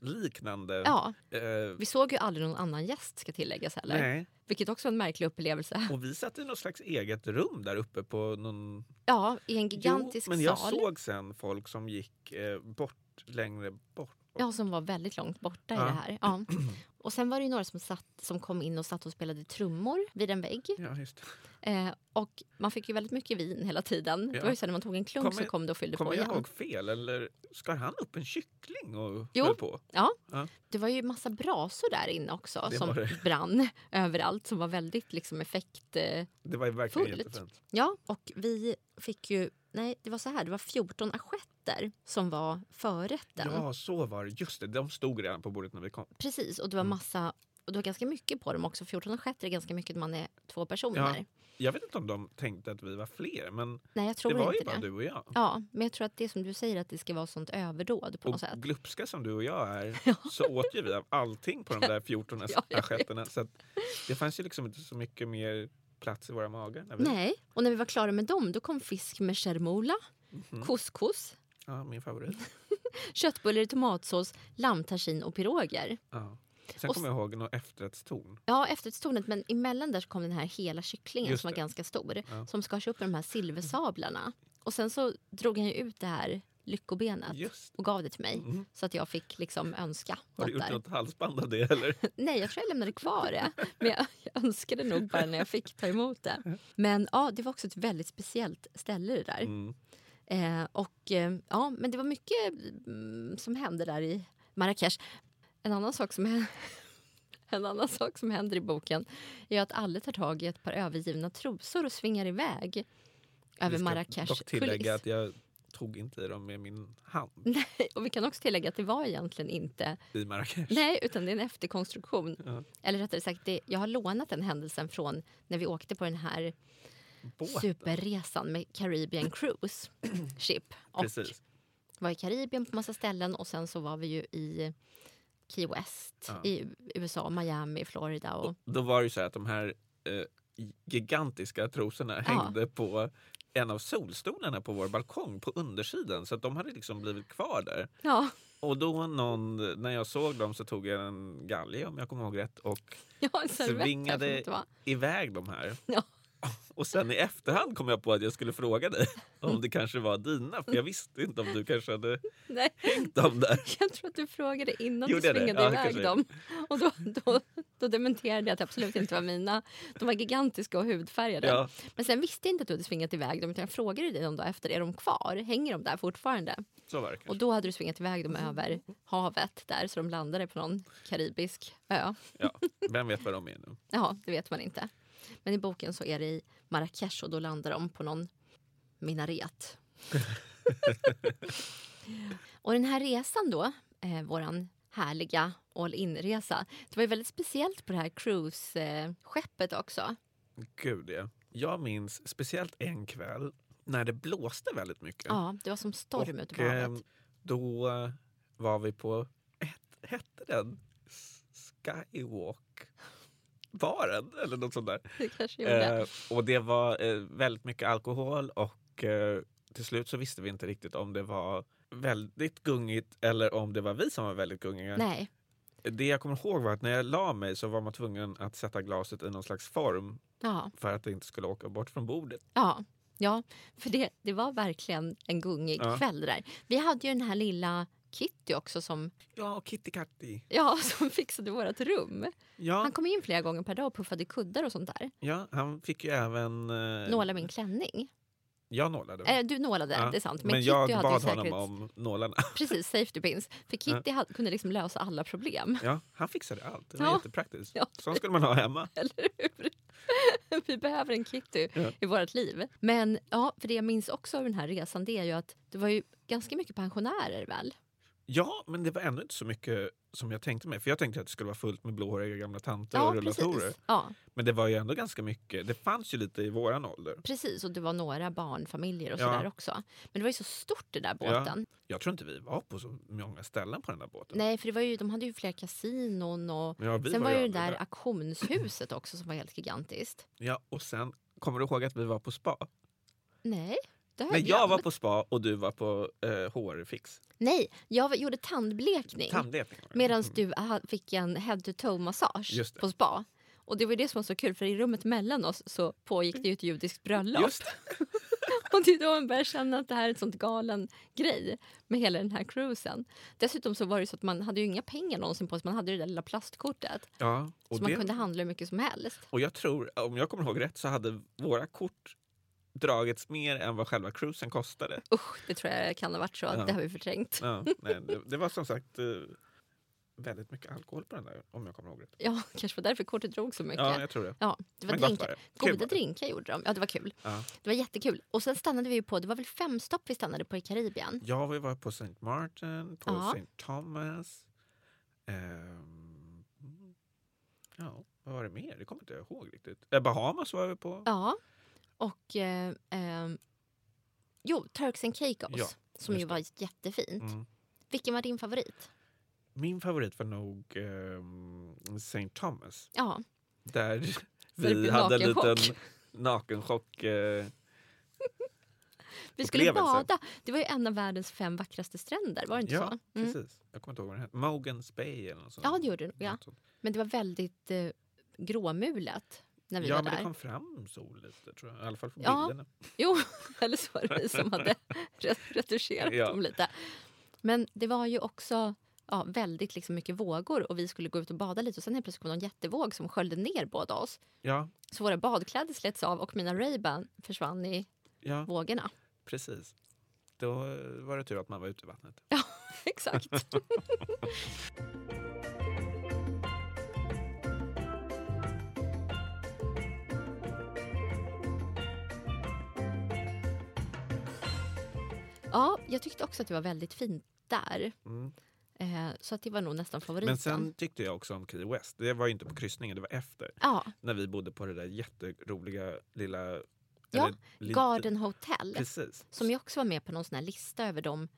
S4: palatsliknande...
S3: Ja,
S4: Eh,
S3: vi såg ju aldrig någon annan gäst ska tilläggas heller.
S4: nej.
S3: Vilket också var en märklig upplevelse.
S4: Och vi satt i något slags eget rum där uppe på någon...
S3: Ja, i en gigantisk
S4: jo, men jag
S3: sal.
S4: såg sen folk som gick eh, bort, längre bort.
S3: Ja, som var väldigt långt borta i
S4: Ja.
S3: det här. Ja. Och sen var det ju några som, satt, som kom in och satt och spelade trummor vid en vägg.
S4: Ja, just det.
S3: Eh, och man fick ju väldigt mycket vin hela tiden. Det
S4: Ja.
S3: var ju så här, när man tog en klunk
S4: Kommer-
S3: så kom det och fyllde på
S4: Kommer jag
S3: igen.
S4: ihåg fel? Eller skar han upp en kyckling och
S3: Jo.
S4: höll på?
S3: Ja.
S4: Ja.
S3: Det var ju massa brasor där inne också
S4: Det
S3: som
S4: var det.
S3: brann överallt som var väldigt liksom effekt... Eh,
S4: Det var ju verkligen
S3: Fullt.
S4: jättefint.
S3: Ja, och vi fick ju... Nej, det var så här. Det var 14 assietter som var förrätten.
S4: Ja, så var det. Just det, de stod redan på bordet när vi kom.
S3: Precis, och det var
S4: Mm.
S3: massa... Och det var ganska mycket på dem också. 14 assietter är ganska mycket när man är två personer.
S4: Ja. Jag vet inte om de tänkte att vi var fler, men
S3: Nej, jag tror
S4: det var ju
S3: inte
S4: bara
S3: det.
S4: du och jag.
S3: Ja, men jag tror att det är som du säger att det ska vara sånt överdåd på
S4: Och
S3: något sätt.
S4: glupska som du och jag är så åt ju vi av allting på de där 14
S3: Ja, jag vet.
S4: assietterna. Så att det fanns ju liksom inte så mycket mer plats i våra magar. När vi,
S3: Nej, och när vi var klara med dem då kom fisk med chermoula,
S4: Mhm.
S3: couscous,
S4: Ja, min favorit.
S3: köttbullar i tomatsås, lammtagine och piroger.
S4: Ja. Sen
S3: Och
S4: kommer jag ihåg något efterrättstorn.
S3: Ja, efterrättstornet, men emellan där så kom den här hela kycklingen
S4: Just
S3: som var
S4: det.
S3: ganska stor. Som skars upp med de här silversablarna. Och sen så drog han ju ut det här lyckobenet
S4: Just. Mm.
S3: och gav det till mig. Så att jag fick liksom önska
S4: Har du
S3: något
S4: gjort
S3: där.
S4: något halsband av det eller?
S3: Nej, jag tror jag lämnade kvar det. Men jag, jag önskade nog bara när jag fick ta emot det. Men ja, det var också ett väldigt speciellt ställe det där.
S4: Mm.
S3: Eh, och eh, ja, men det var mycket mm, som hände där i Marrakesh. En annan sak som hände en annan sak som händer i boken är att alla tar tag i ett par övergivna trosor och svingar iväg över
S4: Vi ska
S3: Marrakesh
S4: dock tillägga att jag tog inte i dem med min hand
S3: Nej, och vi kan också tillägga att det var egentligen inte
S4: i Marrakesh.
S3: Nej, utan det är en efterkonstruktion. Eller rättare sagt, det, jag har lånat den händelsen från när vi åkte på den här
S4: Båten.
S3: superresan med Caribbean Cruise Ship. Och
S4: Precis.
S3: var i Karibien på massa ställen och sen så var vi ju i Key West i USA, Miami, Florida. Och,
S4: Och då var det ju så här att de här eh, gigantiska trosorna hängde på en av solstolarna på vår balkong på undersidan. Så att de hade liksom blivit kvar där.
S3: ja,
S4: Och då någon, när jag såg dem så tog jag en galge om jag kommer ihåg rätt och
S3: ja, en servett kanske
S4: svingade
S3: det inte var.
S4: iväg de här.
S3: Ja.
S4: Och sen i efterhand kom jag på att jag skulle fråga dig om det kanske var dina. För jag visste inte om du kanske hade
S3: Nej,
S4: hängt dem där.
S3: jag tror att du frågade innan
S4: Gjorde
S3: du
S4: jag det?
S3: svingade
S4: Ja,
S3: iväg
S4: kanske.
S3: dem. Och då, då, då dementerade jag att det absolut inte var mina. De var gigantiska och hudfärgade.
S4: Ja.
S3: Men sen visste jag inte att du hade svingat iväg dem utan jag frågade dig dem då efter. Är de kvar? Hänger de där fortfarande?
S4: Så var det
S3: Och
S4: kanske.
S3: då hade du svingat iväg dem
S4: Mm.
S3: över havet där så de landade på någon karibisk ö.
S4: Ja. Vem vet var de är nu?
S3: Ja, det vet man inte. Men i boken så är det i Marrakesh och då landar de på någon minaret. och den här resan då, eh, våran härliga all-in-resa. Det var ju väldigt speciellt på det här cruise-skeppet också.
S4: Gud ja. Jag minns speciellt en kväll när det blåste väldigt mycket.
S3: Ja, det var som storm ute på
S4: Och, ehm,
S3: havet.
S4: Då eh, var vi på, het- hette den S- Skywalk? Baren eller något sånt där.
S3: Det kanske gjorde.
S4: Eh, och det var eh, väldigt mycket alkohol och eh, till slut så visste vi inte riktigt om det var väldigt gungigt eller om det var vi som var väldigt gungiga.
S3: Nej,
S4: Det jag kommer ihåg var att när jag la mig så var man tvungen att sätta glaset i någon slags form
S3: ja.
S4: för att det inte skulle åka bort från bordet.
S3: Ja, ja för det, det var verkligen en gungig
S4: Ja.
S3: kväll det där. Vi hade ju den här lilla Kitty också som,
S4: Ja, och Kitty Katty.
S3: ja, som fixade vårt rum.
S4: Ja,
S3: Han kom in flera gånger per dag och puffade kuddar och sånt där.
S4: ja, han fick ju även... Eh,
S3: Nåla min klänning.
S4: Jag nålade.
S3: Eh, du nålade,
S4: Ja.
S3: det är sant. Men,
S4: Men,
S3: Kitty
S4: jag
S3: hade ju
S4: bad
S3: säkert...
S4: honom om nålarna.
S3: Precis, safety pins. För Kitty hade, kunde liksom lösa alla problem.
S4: Ja, han fixade allt. Det var
S3: Ja.
S4: jättepraktiskt.
S3: Ja.
S4: Sånt skulle man ha hemma.
S3: Eller hur? Vi behöver en Kitty
S4: Ja.
S3: i vårt liv. Men ja, för det jag minns också av den här resan det är ju att det var ju ganska mycket pensionärer väl?
S4: Ja, men det var ännu inte så mycket som jag tänkte mig. För jag tänkte att det skulle vara fullt med blåhåriga gamla tanter och
S3: Ja,
S4: rullatorer.
S3: precis. Ja,
S4: Men det var ju ändå ganska mycket. Det fanns ju lite i våran ålder.
S3: Precis, och det var några barnfamiljer och
S4: Ja.
S3: sådär också. Men det var ju så stort det där
S4: Ja.
S3: båten.
S4: Jag tror inte vi var på så många ställen på den där båten.
S3: Nej, för det var ju, de hade ju flera kasinon och
S4: Ja, vi
S3: sen var, ju det
S4: aldrig
S3: där auktionshuset också som var helt gigantiskt.
S4: Ja, och sen, kommer du ihåg att vi var på spa?
S3: Nej, det har
S4: Nej,
S3: glömt.
S4: jag var på spa och du var på eh, hårfix.
S3: Nej, jag var, gjorde tandblekning
S4: Tandletning. var det.
S3: medan
S4: Mm.
S3: du ah, fick en head to toe massage
S4: Just det.
S3: på spa. Och det var ju det som var så kul för i rummet mellan oss så pågick det ju ett judiskt bröllop.
S4: Just det.
S3: Och det är då man börjar känna att det här är ett sånt galen grej med hela den här cruisen. Dessutom så var det ju så att man hade ju inga pengar någonsin på sig. Man hade ju det där lilla plastkortet.
S4: Ja, och,
S3: så man
S4: det,
S3: kunde handla hur mycket som helst.
S4: och jag tror, om jag kommer ihåg rätt, så hade våra kort dragits mer än vad själva cruisen kostade.
S3: Usch, det tror jag kan ha varit så.
S4: Ja.
S3: Det har vi förträngt.
S4: Ja, nej, det, det var som sagt eh, väldigt mycket alkohol på den där, om jag kommer ihåg rätt.
S3: Ja, kanske var därför kortet drog så mycket.
S4: Ja,
S3: Ja,
S4: jag tror det.
S3: det var
S4: Men gott
S3: drinkar.
S4: var det. Kul
S3: Goda
S4: var det.
S3: drinkar gjorde de. Ja, det var kul.
S4: Ja.
S3: Det var jättekul. Och sen stannade vi ju på, det var väl fem stopp vi stannade på i Karibien?
S4: Ja, vi var på St. Martin, på
S3: Ja.
S4: St. Thomas. Ehm, ja, vad var det mer? Det kommer inte jag ihåg riktigt. Eh, Bahamas var vi på.
S3: Ja. Och... Eh, eh, jo, Turks and Caicos.
S4: Ja,
S3: som ju
S4: just
S3: var jättefint.
S4: Mm.
S3: Vilken var din favorit?
S4: Min favorit var nog ehm, St. Thomas.
S3: Ja,
S4: Där
S3: det
S4: vi
S3: blev
S4: hade en liten
S3: nakenchock.
S4: nakenchock. Eh,
S3: vi skulle
S4: upplevelse.
S3: bada. Det var ju en av världens fem vackraste stränder, var det inte
S4: ja,
S3: så? Mm.
S4: precis. Jag kommer inte ihåg vad den hette. Mogans Bay eller något sånt.
S3: Ja, det gjorde det nog, ja.
S4: Något sånt.
S3: Men det var väldigt eh, gråmulet när vi
S4: ja
S3: var
S4: men
S3: där.
S4: det kom fram sol lite tror jag. I alla fall på
S3: Ja.
S4: bilderna.
S3: Jo, eller så var det vi som hade ret- retuscherat
S4: Ja.
S3: dem lite. Men det var ju också ja, väldigt liksom mycket vågor och vi skulle gå ut och bada lite och sen helt plötsligt kom någon jättevåg som sköljde ner båda oss.
S4: Ja,
S3: Så våra badkläder slets av och mina Ray-Ban försvann i
S4: ja
S3: vågorna.
S4: precis. Då eh, var det tur att man var ute i vattnet.
S3: Exakt. ja, jag tyckte också att det var väldigt fint där.
S4: Mm.
S3: Eh, så att det var nog nästan favoriten.
S4: Men sen tyckte jag också om Key West. Det var ju inte på kryssningen, det var efter.
S3: ja,
S4: När vi bodde på det där jätteroliga lilla...
S3: Ja,
S4: eller lite-
S3: Garden Hotel.
S4: Precis.
S3: Som ju också var med på någon sån här lista över dem.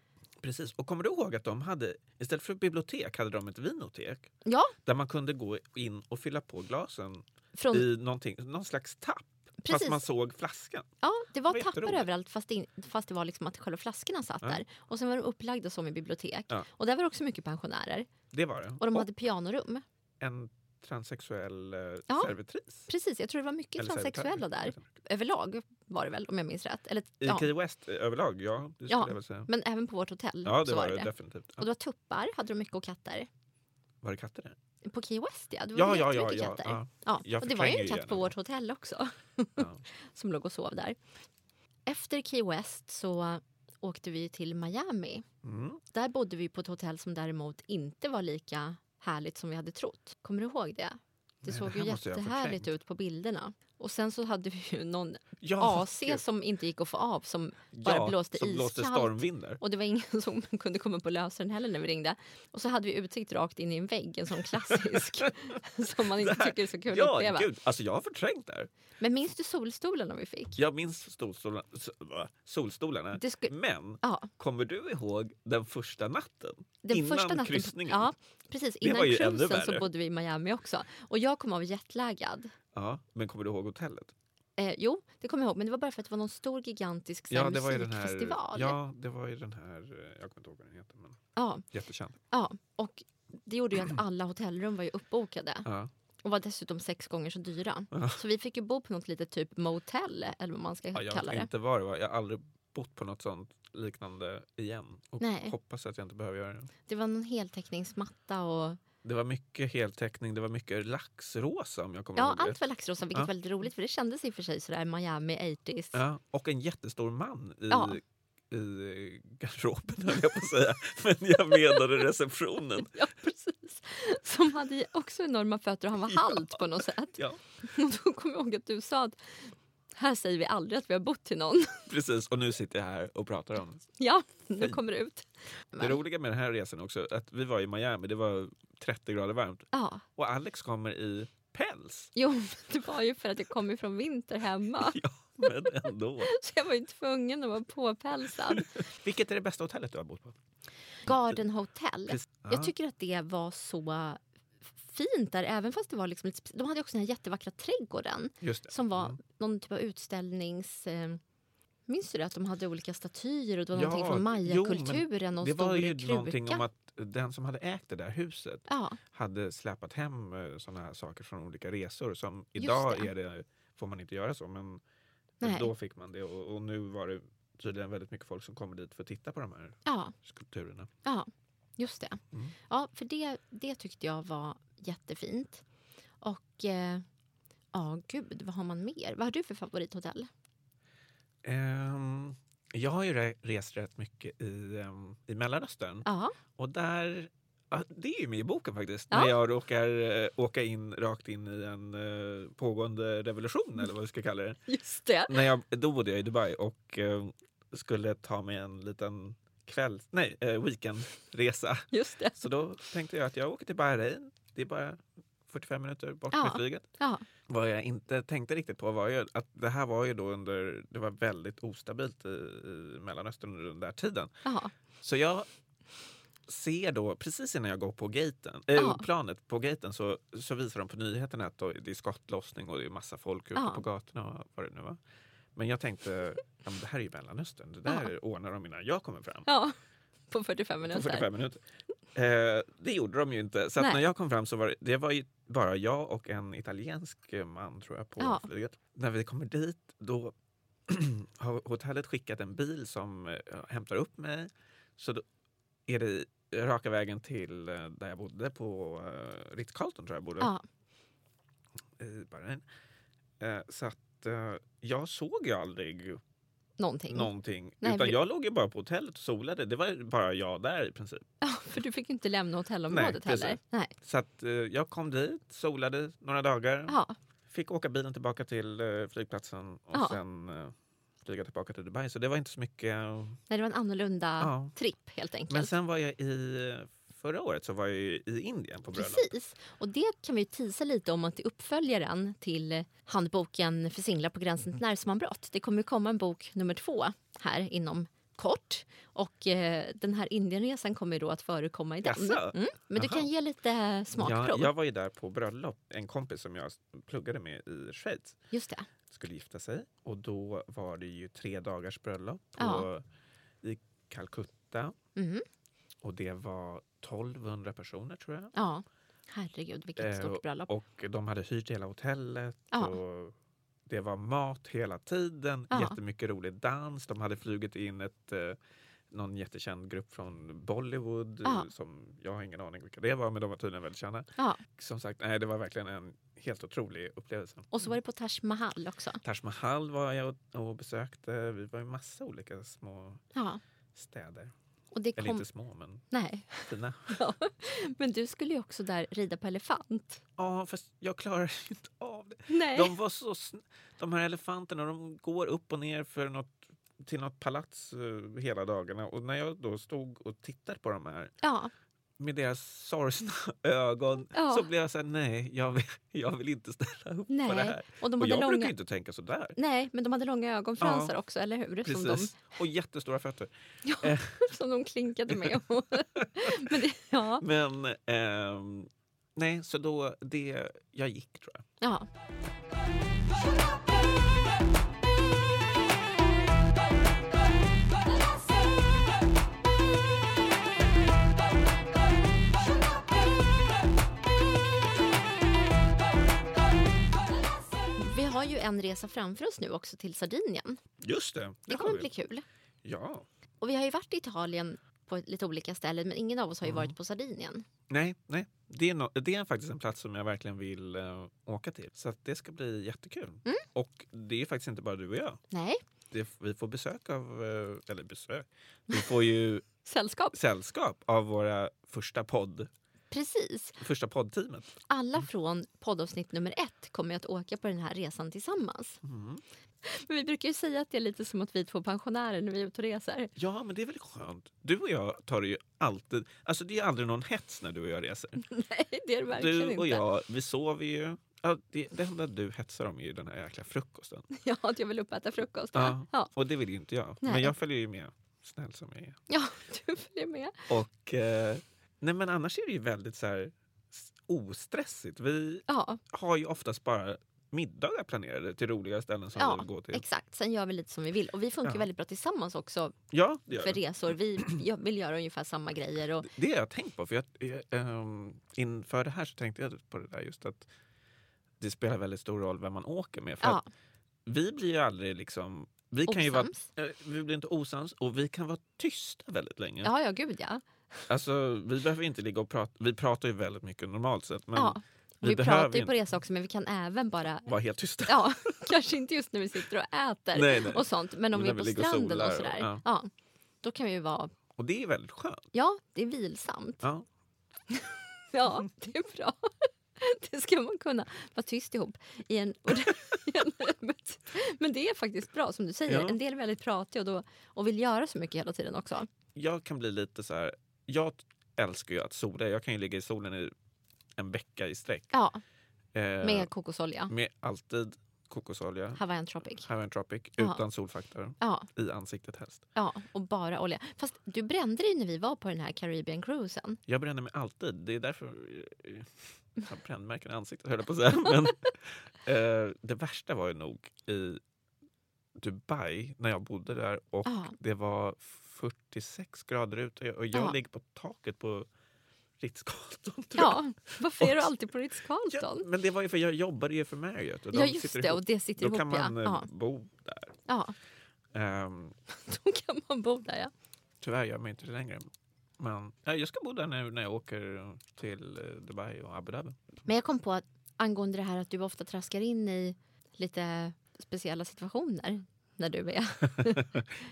S4: Precis. Och kommer du ihåg att de hade, istället för bibliotek, hade de ett vinotek.
S3: Ja,
S4: Där man kunde gå in och fylla på glasen
S3: från,
S4: i någonting, någon slags tapp.
S3: Precis.
S4: Fast man såg flaskan.
S3: Ja, det var
S4: Det var
S3: tappar
S4: jätteroligt.
S3: överallt fast det, in- fast det var liksom att själva flaskorna satt
S4: Ja.
S3: där. Och sen var de upplagda som i bibliotek.
S4: Ja.
S3: Och där var det också mycket pensionärer.
S4: Det var det.
S3: Och de hade pianorum.
S4: en transsexuell eh,
S3: Ja.
S4: servitris.
S3: Precis, jag tror det var mycket
S4: Eller
S3: transsexuella där.
S4: servitör.
S3: Överlag var det väl, om jag minns rätt. Eller,
S4: I
S3: ja.
S4: Key West eh, överlag, ja. Det skulle
S3: Ja.
S4: jag väl säga.
S3: Men även på vårt hotell
S4: Ja, det
S3: så
S4: var det definitivt.
S3: Och
S4: Ja.
S3: det var tuppar, hade de mycket och katter.
S4: Var det katter där?
S3: På Key West ja, det var
S4: Ja, ja, ja.
S3: jättemycket
S4: ja,
S3: katter.
S4: ja.
S3: Ja,
S4: Jag
S3: och det var ju en
S4: förtränger ju
S3: katt på
S4: gärna.
S3: vårt hotell också
S4: Ja.
S3: som låg och sov där. Efter Key West så åkte vi till Miami.
S4: Mm.
S3: Där bodde vi på ett hotell som däremot inte var lika härligt som vi hade trott. Kommer du ihåg det? Det
S4: Nej,
S3: såg
S4: det
S3: ju
S4: här måste jag ha
S3: jättehärligt
S4: förträngt.
S3: ut på bilderna. Och sen så hade vi ju någon
S4: Ja,
S3: AC
S4: gud.
S3: som inte gick att få av som bara
S4: ja,
S3: blåste
S4: som blåste
S3: iskallt.
S4: stormvindar.
S3: Och det var ingen som kunde komma på lösaren heller när vi ringde. Och så hade vi utsikt rakt in i en vägg, en sån klassisk som man inte
S4: Det här-
S3: tycker är så kul att
S4: ja,
S3: uppleva.
S4: gud. Alltså jag har förträngt det här.
S3: Men minns du solstolarna vi fick?
S4: Jag minns solstolarna. s- va? solstolarna.
S3: Det skulle-
S4: Men
S3: Ja,
S4: kommer du ihåg den första natten?
S3: den
S4: Innan
S3: första natten,
S4: kryssningen?
S3: Ja, precis.
S4: Det var
S3: Innan
S4: ju ännu
S3: cruisen så
S4: värre.
S3: bodde vi i Miami också. Och jag kom av jetlaggad.
S4: Ja, men kommer du ihåg hotellet?
S3: Eh, jo, det kommer jag ihåg. Men det var bara för att det var någon stor gigantisk så här, musikfestival.
S4: Ja, det var ju den här... eh, Jag kommer inte ihåg vad den heter, men
S3: Ja,
S4: jättekänd.
S3: ja, och det gjorde ju att alla hotellrum var ju uppbokade.
S4: Ja.
S3: Och var dessutom sex gånger så dyra. Så vi fick ju bo på något litet typ motell eller vad man ska
S4: Ja, jag
S3: kalla
S4: vet
S3: Mm, det.
S4: inte vad det var. Jag har aldrig bott på något sånt liknande igen. Och
S3: Nej.
S4: hoppas att jag inte behöver göra det.
S3: Det var någon heltäckningsmatta och
S4: Det var mycket heltäckning, det var mycket laxrosa om jag kommer
S3: ja,
S4: ihåg
S3: allt
S4: rätt.
S3: var laxrosa vilket
S4: Ja.
S3: var väldigt roligt för det kändes i och för sig sådär Miami 80s.
S4: Ja, och en jättestor man i,
S3: Ja.
S4: i garderoben höll jag på att säga. Men jag menade receptionen.
S3: Ja, precis. Som hade ju också enorma fötter och han var
S4: Ja.
S3: halt på något sätt.
S4: Ja,
S3: Och då kommer jag ihåg att du sa att här säger vi aldrig att vi har bott till någon.
S4: precis. Och nu sitter jag här och pratar om det.
S3: Ja, nu kommer det ut.
S4: Det roliga med den här resan också, att vi var i Miami, det var 30 grader varmt.
S3: Ja,
S4: Och Alex kommer i päls.
S3: jo, men det var ju för att jag kom ifrån vinter hemma.
S4: Ja, men ändå.
S3: Så jag var ju tvungen att vara påpälsad.
S4: Vilket är det bästa hotellet du har bott på?
S3: Garden Hotel.
S4: Precis.
S3: Jag tycker att det var så fint där, även fast det var liksom lite spe- De hade ju också den här jättevackra trädgården
S4: Just det.
S3: som var
S4: Mm.
S3: någon typ av utställnings... Eh, minns du det? Att de hade olika statyer och det var
S4: Ja,
S3: någonting från mayakulturen och
S4: Det var ju
S3: stor
S4: någonting
S3: kruka.
S4: om att den som hade ägt det där huset
S3: Ja,
S4: hade släpat hem eh, såna här saker från olika resor. Som
S3: Just
S4: idag
S3: det.
S4: Är det, får man inte göra så, men
S3: Nej.
S4: då fick man det. Och, och nu var det tydligen väldigt mycket folk som kommer dit för att titta på de här
S3: ja,
S4: skulpturerna.
S3: ja, just det.
S4: Mm.
S3: Ja, för det, det tyckte jag var jättefint. Och... Eh, Ja, gud, vad har man mer? Vad har du för favorithotell?
S4: Ehm, jag har ju re- rest rätt mycket i, ehm, i Mellanöstern.
S3: Ja,
S4: Och där, ja, det är ju med i boken faktiskt,
S3: Ja.
S4: när jag råkar eh, åka in rakt in i en eh, pågående revolution eller vad vi ska kalla det.
S3: just det.
S4: När jag, då bodde jag i Dubai och eh, skulle ta mig en liten kväll, nej, eh, weekendresa.
S3: Just det.
S4: Så då tänkte jag att jag åker till Bahrain, det är bara 45 minuter bort
S3: Ja.
S4: med flyget.
S3: Ja,
S4: Vad jag inte tänkte riktigt på var ju att det här var ju då under, det var väldigt ostabilt i, i Mellanöstern under den där tiden.
S3: ja,
S4: Så jag ser då, precis innan jag går på gaten, äh,
S3: Ja.
S4: planet på gaten så, så visar de på nyheterna att då, det är skottlossning och det är massa folk ute
S3: Ja.
S4: på gatorna och vad det nu var. Men jag tänkte, ja, men det här är ju Mellanöstern, det där ordnar de innan jag kommer fram.
S3: ja. På 45 minuter.
S4: På 45 minuter. Eh, det gjorde de ju inte. Så att
S3: Nej.
S4: när jag kom fram så var det, det var ju bara jag och en italiensk man tror jag på
S3: Ja.
S4: flyget. När vi kommer dit då har hotellet skickat en bil som eh, hämtar upp mig. Så då är det raka vägen till eh, där jag bodde på eh, Ritz-Carlton tror jag bodde
S3: Ja,
S4: i Bahrain. Eh, så att eh, jag såg ju aldrig
S3: någonting.
S4: någonting.
S3: Nej,
S4: utan
S3: vi-
S4: jag låg ju bara på hotellet och solade. Det var bara jag där i princip.
S3: Ja, för du fick ju inte lämna hotellområdet
S4: Nej,
S3: heller.
S4: precis.
S3: Nej.
S4: Så att, eh, jag kom dit, solade några dagar,
S3: Ja,
S4: fick åka bilen tillbaka till eh, flygplatsen och
S3: Ja.
S4: sen eh, flyga tillbaka till Dubai. Så det var inte så mycket. eh,
S3: nej, det var en annorlunda
S4: Ja.
S3: tripp helt enkelt.
S4: Men sen var jag i, förra året så var jag ju i Indien på bröllop.
S3: Precis. Och det kan vi ju tisa lite om att det är uppföljaren till handboken för singlar på gränsen till nervsammanbrott. Det kommer ju komma en bok nummer två här inom kort. Och eh, den här Indienresan kommer ju då att förekomma i den.
S4: Jaså?
S3: Mm. Men du
S4: Jaha.
S3: kan ge lite
S4: Jag,
S3: smakprov.
S4: jag var ju där på bröllop, en kompis som jag pluggade med i Schweiz.
S3: Just det.
S4: skulle gifta sig. Och då var det ju tre dagars bröllop på,
S3: Ja.
S4: i Calcutta.
S3: Mhm.
S4: Och det var 1200 personer tror jag.
S3: Ja. Herregud, vilket
S4: Eh,
S3: stort bröllop.
S4: Och de hade hyrt hela hotellet.
S3: Ja.
S4: Och det var mat hela tiden,
S3: Ja.
S4: jättemycket rolig dans. De hade flugit in ett, eh, någon jättekänd grupp från Bollywood. eh,
S3: Ja.
S4: Som Jag har ingen aning vilka det var, men de var tydligen väldigt kända.
S3: Ja.
S4: Som sagt, nej, det var verkligen en helt otrolig upplevelse.
S3: Och så var det på Taj Mahal också.
S4: Taj Mahal var jag och, och besökte. Vi var i massa olika små
S3: Ja.
S4: städer.
S3: Och det
S4: Eller
S3: kom...
S4: inte små, men
S3: Nej.
S4: fina.
S3: Ja. Men du skulle ju också där rida på elefant.
S4: Ja, fast jag klarar inte av det.
S3: Nej.
S4: De var så sn- De här elefanterna de går upp och ner för något, till något palats eh, hela dagarna. Och när jag då stod och tittade på de här
S3: Ja.
S4: med deras sorgsna ögon
S3: Ja.
S4: så blev jag så här, nej, jag vill, jag vill inte ställa upp på det
S3: Nej.
S4: här.
S3: Och de
S4: och
S3: hade
S4: jag brukar
S3: långa...
S4: ju inte tänka så där.
S3: Nej, men de hade långa ögonfransar
S4: Ja.
S3: också, eller hur? Som de,
S4: Precis. Och jättestora fötter.
S3: ja, som de klinkade med. men det, ja.
S4: Men ehm, nej, så då, det, jag gick tror jag.
S3: ja. Vi har ju en resa framför oss nu också till Sardinien.
S4: Just det.
S3: Det
S4: har
S3: kommer
S4: vi.
S3: bli kul.
S4: Ja.
S3: Och vi har ju varit i Italien på lite olika ställen men ingen av oss har ju
S4: Mm.
S3: varit på Sardinien.
S4: Nej, nej. Det, är nå- det är faktiskt en plats som jag verkligen vill eh, åka till. Så att det ska bli jättekul. Och det är faktiskt inte bara du och jag.
S3: Nej,
S4: Det, f- vi får besök av, eh, eller besök, vi får ju
S3: sällskap.
S4: sällskap av våra första podd,
S3: Precis.
S4: första poddteamet.
S3: Alla från poddavsnitt nummer ett kommer ju att åka på den här resan tillsammans.
S4: Mm.
S3: Men vi brukar ju säga att det är lite som att vi är två pensionärer när vi är ute och reser.
S4: Ja, men det är väl skönt. Du och jag tar det ju alltid, alltså det är aldrig någon hets när du och jag reser.
S3: Nej, det är det verkligen
S4: Du och
S3: inte.
S4: jag, vi sover ju. Ja, det, det enda du hetsar om är ju den här jäkla frukosten.
S3: Ja, att jag vill upp och äta frukost.
S4: Ja.
S3: Ja.
S4: Och det vill ju inte jag.
S3: Nej.
S4: Men jag följer ju med, snäll som jag är.
S3: ja, du följer med.
S4: Och, eh, nej men annars är det ju väldigt så här s- ostressigt. Vi
S3: Ja,
S4: har ju oftast bara middagar planerade till roliga ställen som vi
S3: ja
S4: vill gå till.
S3: exakt. Sen gör vi lite som vi vill. Och vi funkar
S4: Ja.
S3: väldigt bra tillsammans också
S4: Ja, det,
S3: för
S4: gör det.
S3: resor. Vi jag vill göra ungefär samma grejer. Och,
S4: det har jag tänkt på. För jag, jag, ehm, inför det här så tänkte jag på det där just att det spelar väldigt stor roll vem man åker med. För
S3: ja,
S4: att vi blir ju aldrig liksom... Vi, kan ju vara,
S3: osams.
S4: eh, vi blir inte osams och vi kan vara tysta väldigt länge.
S3: Ja, ja, gud ja.
S4: Alltså, vi behöver inte ligga och prata. Vi pratar ju väldigt mycket normalt sett. Men
S3: ja.
S4: vi
S3: Vi,
S4: behöver
S3: pratar ju
S4: inte-
S3: på resa också men vi kan även bara,
S4: vara helt tysta.
S3: ja, kanske inte just när vi sitter och äter
S4: Nej, nej.
S3: och sånt, men om
S4: Men
S3: vi är
S4: när
S3: på
S4: vi ligger och
S3: stranden och,
S4: solar och-
S3: sådär, ja.
S4: ja.
S3: då kan vi ju vara,
S4: Och det är väldigt skönt.
S3: ja det är vilsamt,
S4: Ja.
S3: ja det är bra. Det ska man kunna vara tyst ihop i en, och det- i en Men det är faktiskt bra som du säger,
S4: Ja.
S3: en del är väldigt pratiga och, då, och vill göra så mycket hela tiden också.
S4: Jag kan bli lite så här... Jag t- älskar ju att sola. Jag kan ju ligga i solen i en vecka i sträck.
S3: Ja,
S4: Eh,
S3: med kokosolja,
S4: med alltid kokosolja,
S3: Hawaiian tropic.
S4: Hawaiian Tropic,
S3: Ja.
S4: utan solfaktor.
S3: Ja,
S4: I ansiktet helst.
S3: ja, och bara olja. Fast du brände dig när vi var på den här Caribbean cruisen.
S4: Jag bränner mig alltid. Det är därför... eh, Jag brännmärken i ansiktet höll jag på att säga. Men, eh, det värsta var ju nog i Dubai när jag bodde där och
S3: Ja.
S4: det var 46 grader ute och jag
S3: Ja.
S4: ligger på taket på Ritz-Carlton. tror jag.
S3: Ja, varför är du alltid på
S4: Ja,
S3: Ritz-Carlton?
S4: men det var ju för jag jobbade ju för Marriott. Och de
S3: Ja, just
S4: sitter
S3: det.
S4: ihop.
S3: Och det sitter
S4: Då
S3: ihop,
S4: kan man
S3: ja.
S4: eh,
S3: ja.
S4: bo där.
S3: ja.
S4: Ehm,
S3: Då kan man bo där, ja.
S4: tyvärr gör man inte det längre. Men ja, jag ska bo där nu när jag åker till eh, Dubai och Abu Dhabi.
S3: Men jag kom på att angående det här att du ofta traskar in i lite speciella situationer när du är...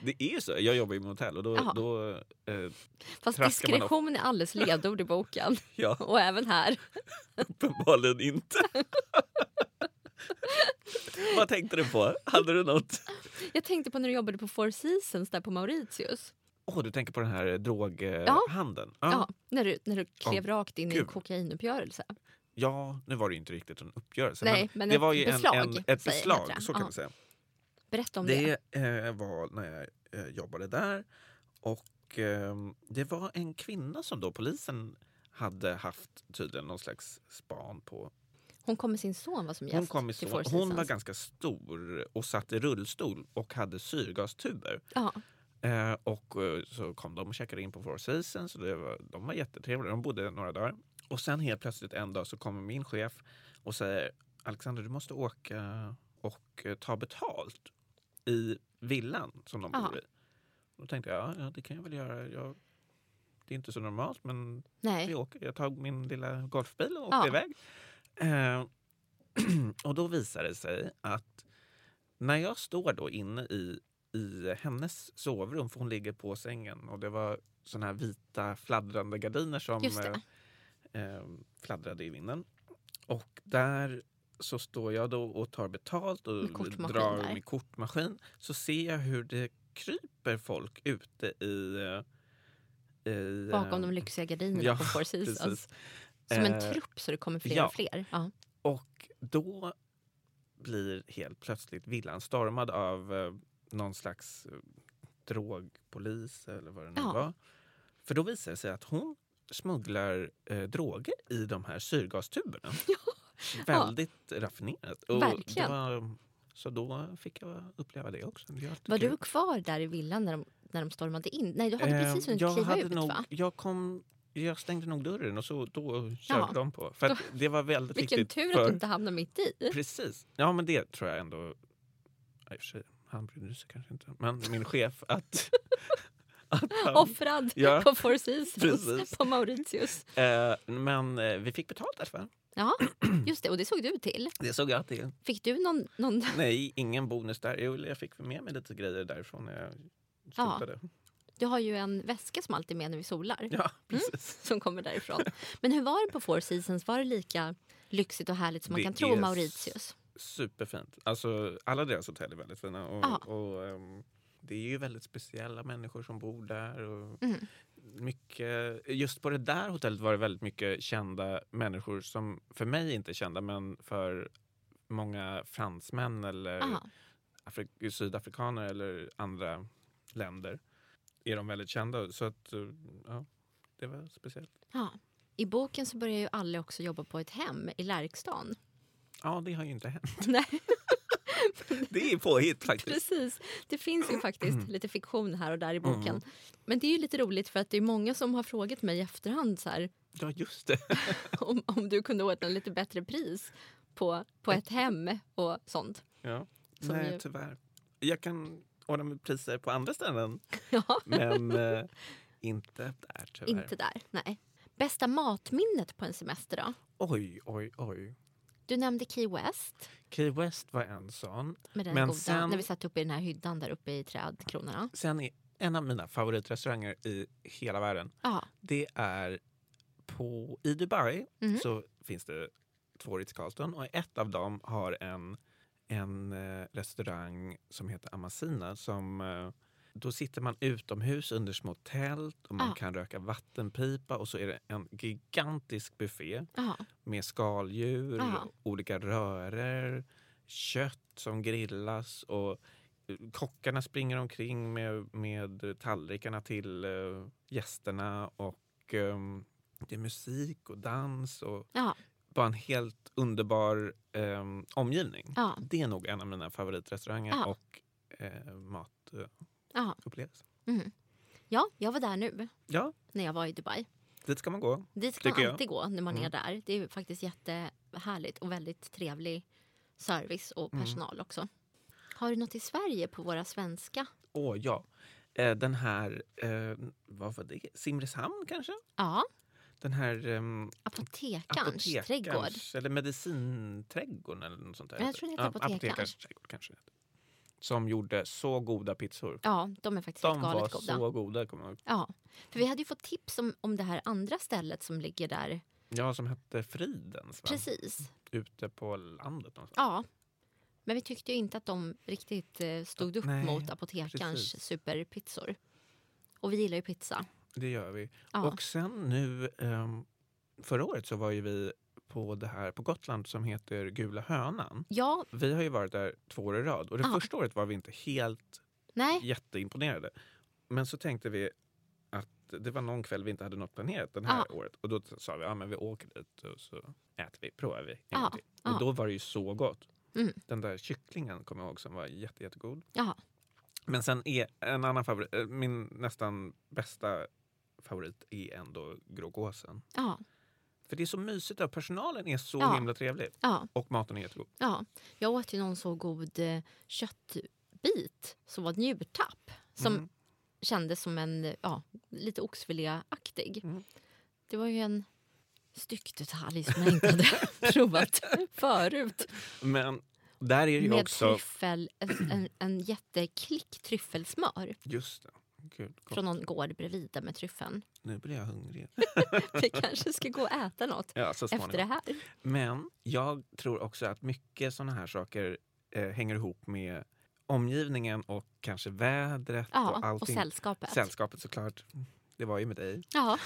S4: Det är ju så. Jag jobbar ju med hotell och då...
S3: Jaha.
S4: då eh,
S3: Fast
S4: Traskar man
S3: diskretion är alldeles ledord i boken.
S4: ja,
S3: Och även här.
S4: uppenbarligen inte. Vad tänkte du på? Hade du något?
S3: Jag tänkte på när du jobbade på Four Seasons där på Mauritius.
S4: Åh, du tänker på den här
S3: Ja.
S4: droghandeln?
S3: Ja. när, du, när du klev
S4: Åh,
S3: rakt in i en
S4: gud.
S3: kokainuppgörelse.
S4: Ja, nu var det ju inte riktigt en uppgörelse.
S3: Nej, men
S4: det
S3: ett
S4: var ju
S3: beslag,
S4: en, en, ett
S3: säger
S4: beslag,
S3: heter det.
S4: så kan
S3: Ja.
S4: man säga.
S3: Berätta om det.
S4: Det eh, var när jag eh, jobbade där. Och ehm, det var en kvinna som då polisen hade haft tydligen någon slags span på.
S3: Hon kom med sin son va, som gäst
S4: Hon, kom i
S3: till
S4: så,
S3: Four
S4: hon var
S3: Seasons.
S4: ganska stor och satt i rullstol och hade syrgastuber.
S3: Ja,
S4: Eh, och eh, så kom de och checkade in på Four Seasons. Och det var, de var jättetrevliga. De bodde några dagar. Och sen helt plötsligt en dag så kommer min chef och säger Alexander du måste åka och eh, ta betalt i villan som de
S3: Aha.
S4: bor i. Då tänkte jag, ja, ja det kan jag väl göra. Jag, det är inte så normalt men vi
S3: Nej.
S4: åker. Jag tar min lilla golfbil och åker
S3: Ja.
S4: iväg. Eh, och då visar det sig att när jag står då inne i, i hennes sovrum, för hon ligger på sängen och det var såna här vita fladdrande gardiner som
S3: Just det.
S4: eh, eh, fladdrade i vinden. Och där så står jag då och tar betalt och
S3: Med kortmaskin
S4: drar
S3: där.
S4: min kortmaskin. Så ser jag hur det kryper folk ute i... eh, i
S3: Bakom
S4: eh,
S3: de lyxiga gardinerna
S4: ja,
S3: på Four Seasons.
S4: precis.
S3: Som en
S4: Eh,
S3: trupp så det kommer fler
S4: ja.
S3: och fler. Ja.
S4: Och då blir helt plötsligt villan stormad av eh, någon slags eh, drogpolis eller vad det nu
S3: Ja.
S4: var. För då visar det sig att hon smugglar eh, droger i de här syrgastuberna. Väldigt raffinerat. Och
S3: Verkligen.
S4: Det var, så då fick jag uppleva det också. Det alltid
S3: Var
S4: kul.
S3: du kvar där i villan när de, när de stormade in? Nej, du hade
S4: Eh,
S3: precis hunnit
S4: jag
S3: kliva
S4: hade
S3: ut
S4: nog,
S3: va?
S4: Jag kom... Jag stängde nog dörren och så då körde
S3: Jaha.
S4: de på. För att det var väldigt
S3: Vilken
S4: viktigt
S3: tur
S4: för...
S3: att du inte hamnade mitt i.
S4: Precis. Ja, men det tror jag ändå... ja, i och för sig, Han brydde sig kanske inte. Men min chef att... att han,
S3: Offrad
S4: Ja.
S3: på Four Seasons
S4: Precis.
S3: på Mauritius.
S4: eh, men eh, vi fick betalt därför.
S3: Ja, just det. Och det såg du till.
S4: Det såg jag till.
S3: Fick du någon... någon
S4: Nej, ingen bonus där. Jo, jag fick med mig lite grejer därifrån när jag
S3: Ja.
S4: slutade. Ja,
S3: du har ju en väska som alltid är med när vi solar.
S4: Mm. precis.
S3: Som kommer därifrån. Men hur var det på Four Seasons? Var det lika lyxigt och härligt som man
S4: Det
S3: kan tro
S4: är
S3: Mauritius?
S4: Superfint. Alltså, alla deras hotell är väldigt fina. Och,
S3: Ja.
S4: och, ehm, det är ju väldigt speciella människor som bor där. Och
S3: Mm.
S4: mycket, just på det där hotellet var det väldigt mycket kända människor som för mig inte är kända men för många fransmän eller
S3: Aha.
S4: Afri- sydafrikaner eller andra länder är de väldigt kända. Så att, eh, ja, det var speciellt.
S3: Ja. I boken så börjar ju alla också jobba på ett hem i Lärkstan.
S4: Ja, det har ju inte hänt.
S3: Nej.
S4: Det är påhitt faktiskt.
S3: Precis. Det finns ju faktiskt lite fiktion här och där i boken. Men det är ju lite roligt för att det är många som har frågat mig i efterhand så här,
S4: Ja, just det.
S3: om, om du kunde ordna lite bättre pris på, på ett hem och sånt.
S4: Ja.
S3: Som
S4: Nej,
S3: ju-
S4: tyvärr. Jag kan ordna med priser på andra ställen,
S3: Ja,
S4: men eh, inte där tyvärr.
S3: inte där. Nej. Bästa matminnet på en semester då?
S4: Oj, oj, oj.
S3: Du nämnde Key West
S4: Key West var en sån.
S3: med den
S4: Men
S3: goda,
S4: sen-
S3: när vi satt uppe i den här hyddan där uppe i trädkronorna.
S4: Sen är en av mina favoritrestauranger i hela världen,
S3: Ja,
S4: det är på, i Dubai
S3: Mhm.
S4: så finns det två Ritz Carlton och ett av dem har en, en eh, restaurang som heter Amazina som eh, då sitter man utomhus under små tält och man
S3: Ah.
S4: kan röka vattenpipa och så är det en gigantisk buffé
S3: ja.
S4: med skaldjur,
S3: Ja.
S4: olika rörer, kött som grillas och eh, kockarna springer omkring med, med tallrikarna till eh, gästerna och ehm, det är musik och dans och
S3: Ja.
S4: bara en helt underbar ehm, omgivning.
S3: Ja.
S4: Det är nog en av mina favoritrestauranger
S3: Ja.
S4: och eh, matupplevelser.
S3: Ja. Mm. ja, jag var där nu
S4: Ja,
S3: när jag var i Dubai.
S4: dit ska man gå.
S3: Dit ska
S4: Tycker
S3: man
S4: jag.
S3: alltid gå när man är
S4: Mm.
S3: där. Det är ju faktiskt jättehärligt och väldigt trevlig service och
S4: Mm.
S3: personal också. Har du något i Sverige på våra svenska?
S4: Åh ja, eh, den här, eh, vad var det? Simrishamn kanske?
S3: Ja,
S4: Den här ehm,
S3: apotekarns
S4: apotekarns
S3: trädgård.
S4: eller medicinträdgården eller något sånt där.
S3: Men jag tror den heter apotekarns.
S4: apotekarns trädgård kanske. det heter. Som gjorde så goda pizzor.
S3: Ja, de är faktiskt
S4: De
S3: helt
S4: var
S3: galet goda.
S4: så goda. Kommer jag ihåg.
S3: Ja, för vi hade ju fått tips om, om det här andra stället som ligger där.
S4: Ja, som hette Fridens va?
S3: Precis.
S4: Ute på landet någonstans.
S3: Ja. Men vi tyckte ju inte att de riktigt eh, stod upp
S4: Nej,
S3: mot apotekarns
S4: precis.
S3: superpizzor. Och vi gillar ju pizza.
S4: Det gör vi.
S3: Ja.
S4: Och sen nu, ehm, förra året så var ju vi på det här på Gotland som heter Gula Hönan.
S3: Ja,
S4: Vi har ju varit där två år i rad och det
S3: Ja.
S4: första året var vi inte helt
S3: nej.
S4: jätteimponerade. Men så tänkte vi att det var någon kväll vi inte hade något planerat den här året. Och då t- sa vi att men vi åker dit och så äter vi, provar vi. en gång
S3: Ja,
S4: till.
S3: ja.
S4: Och då var det ju så gott.
S3: Mm.
S4: Den där kycklingen kommer jag ihåg som var jätte, jättegod.
S3: Ja,
S4: Men sen är en annan favorit, eh, min nästan bästa favorit är ändå grågåsen.
S3: ja.
S4: För För det är så mysigt där. Personalen är så
S3: Ja.
S4: himla trevlig.
S3: Ja,
S4: Och maten är jättegod.
S3: ja. Jag åt ju någon så god eh, köttbit som var ett njurtapp. Som
S4: Mm.
S3: kändes som en eh, ja, lite oxfiléaktig.
S4: Mm.
S3: Det var ju en styckdetalj som jag inte hade provat förut.
S4: Men där är det ju
S3: Med
S4: också...
S3: tryffel, en, en, en jätteklick tryffelsmör
S4: Just det. Gud, gott.
S3: från någon gård bredvid där med tryffeln.
S4: Nu blir jag hungrig.
S3: Vi kanske ska gå och äta något
S4: Ja, så
S3: efter det
S4: småningom.
S3: här.
S4: Men jag tror också att mycket såna här saker eh, hänger ihop med omgivningen och kanske vädret och
S3: Ja, och,
S4: allting.
S3: sällskapet.
S4: Sällskapet såklart. Det var ju med dig.
S3: Ja,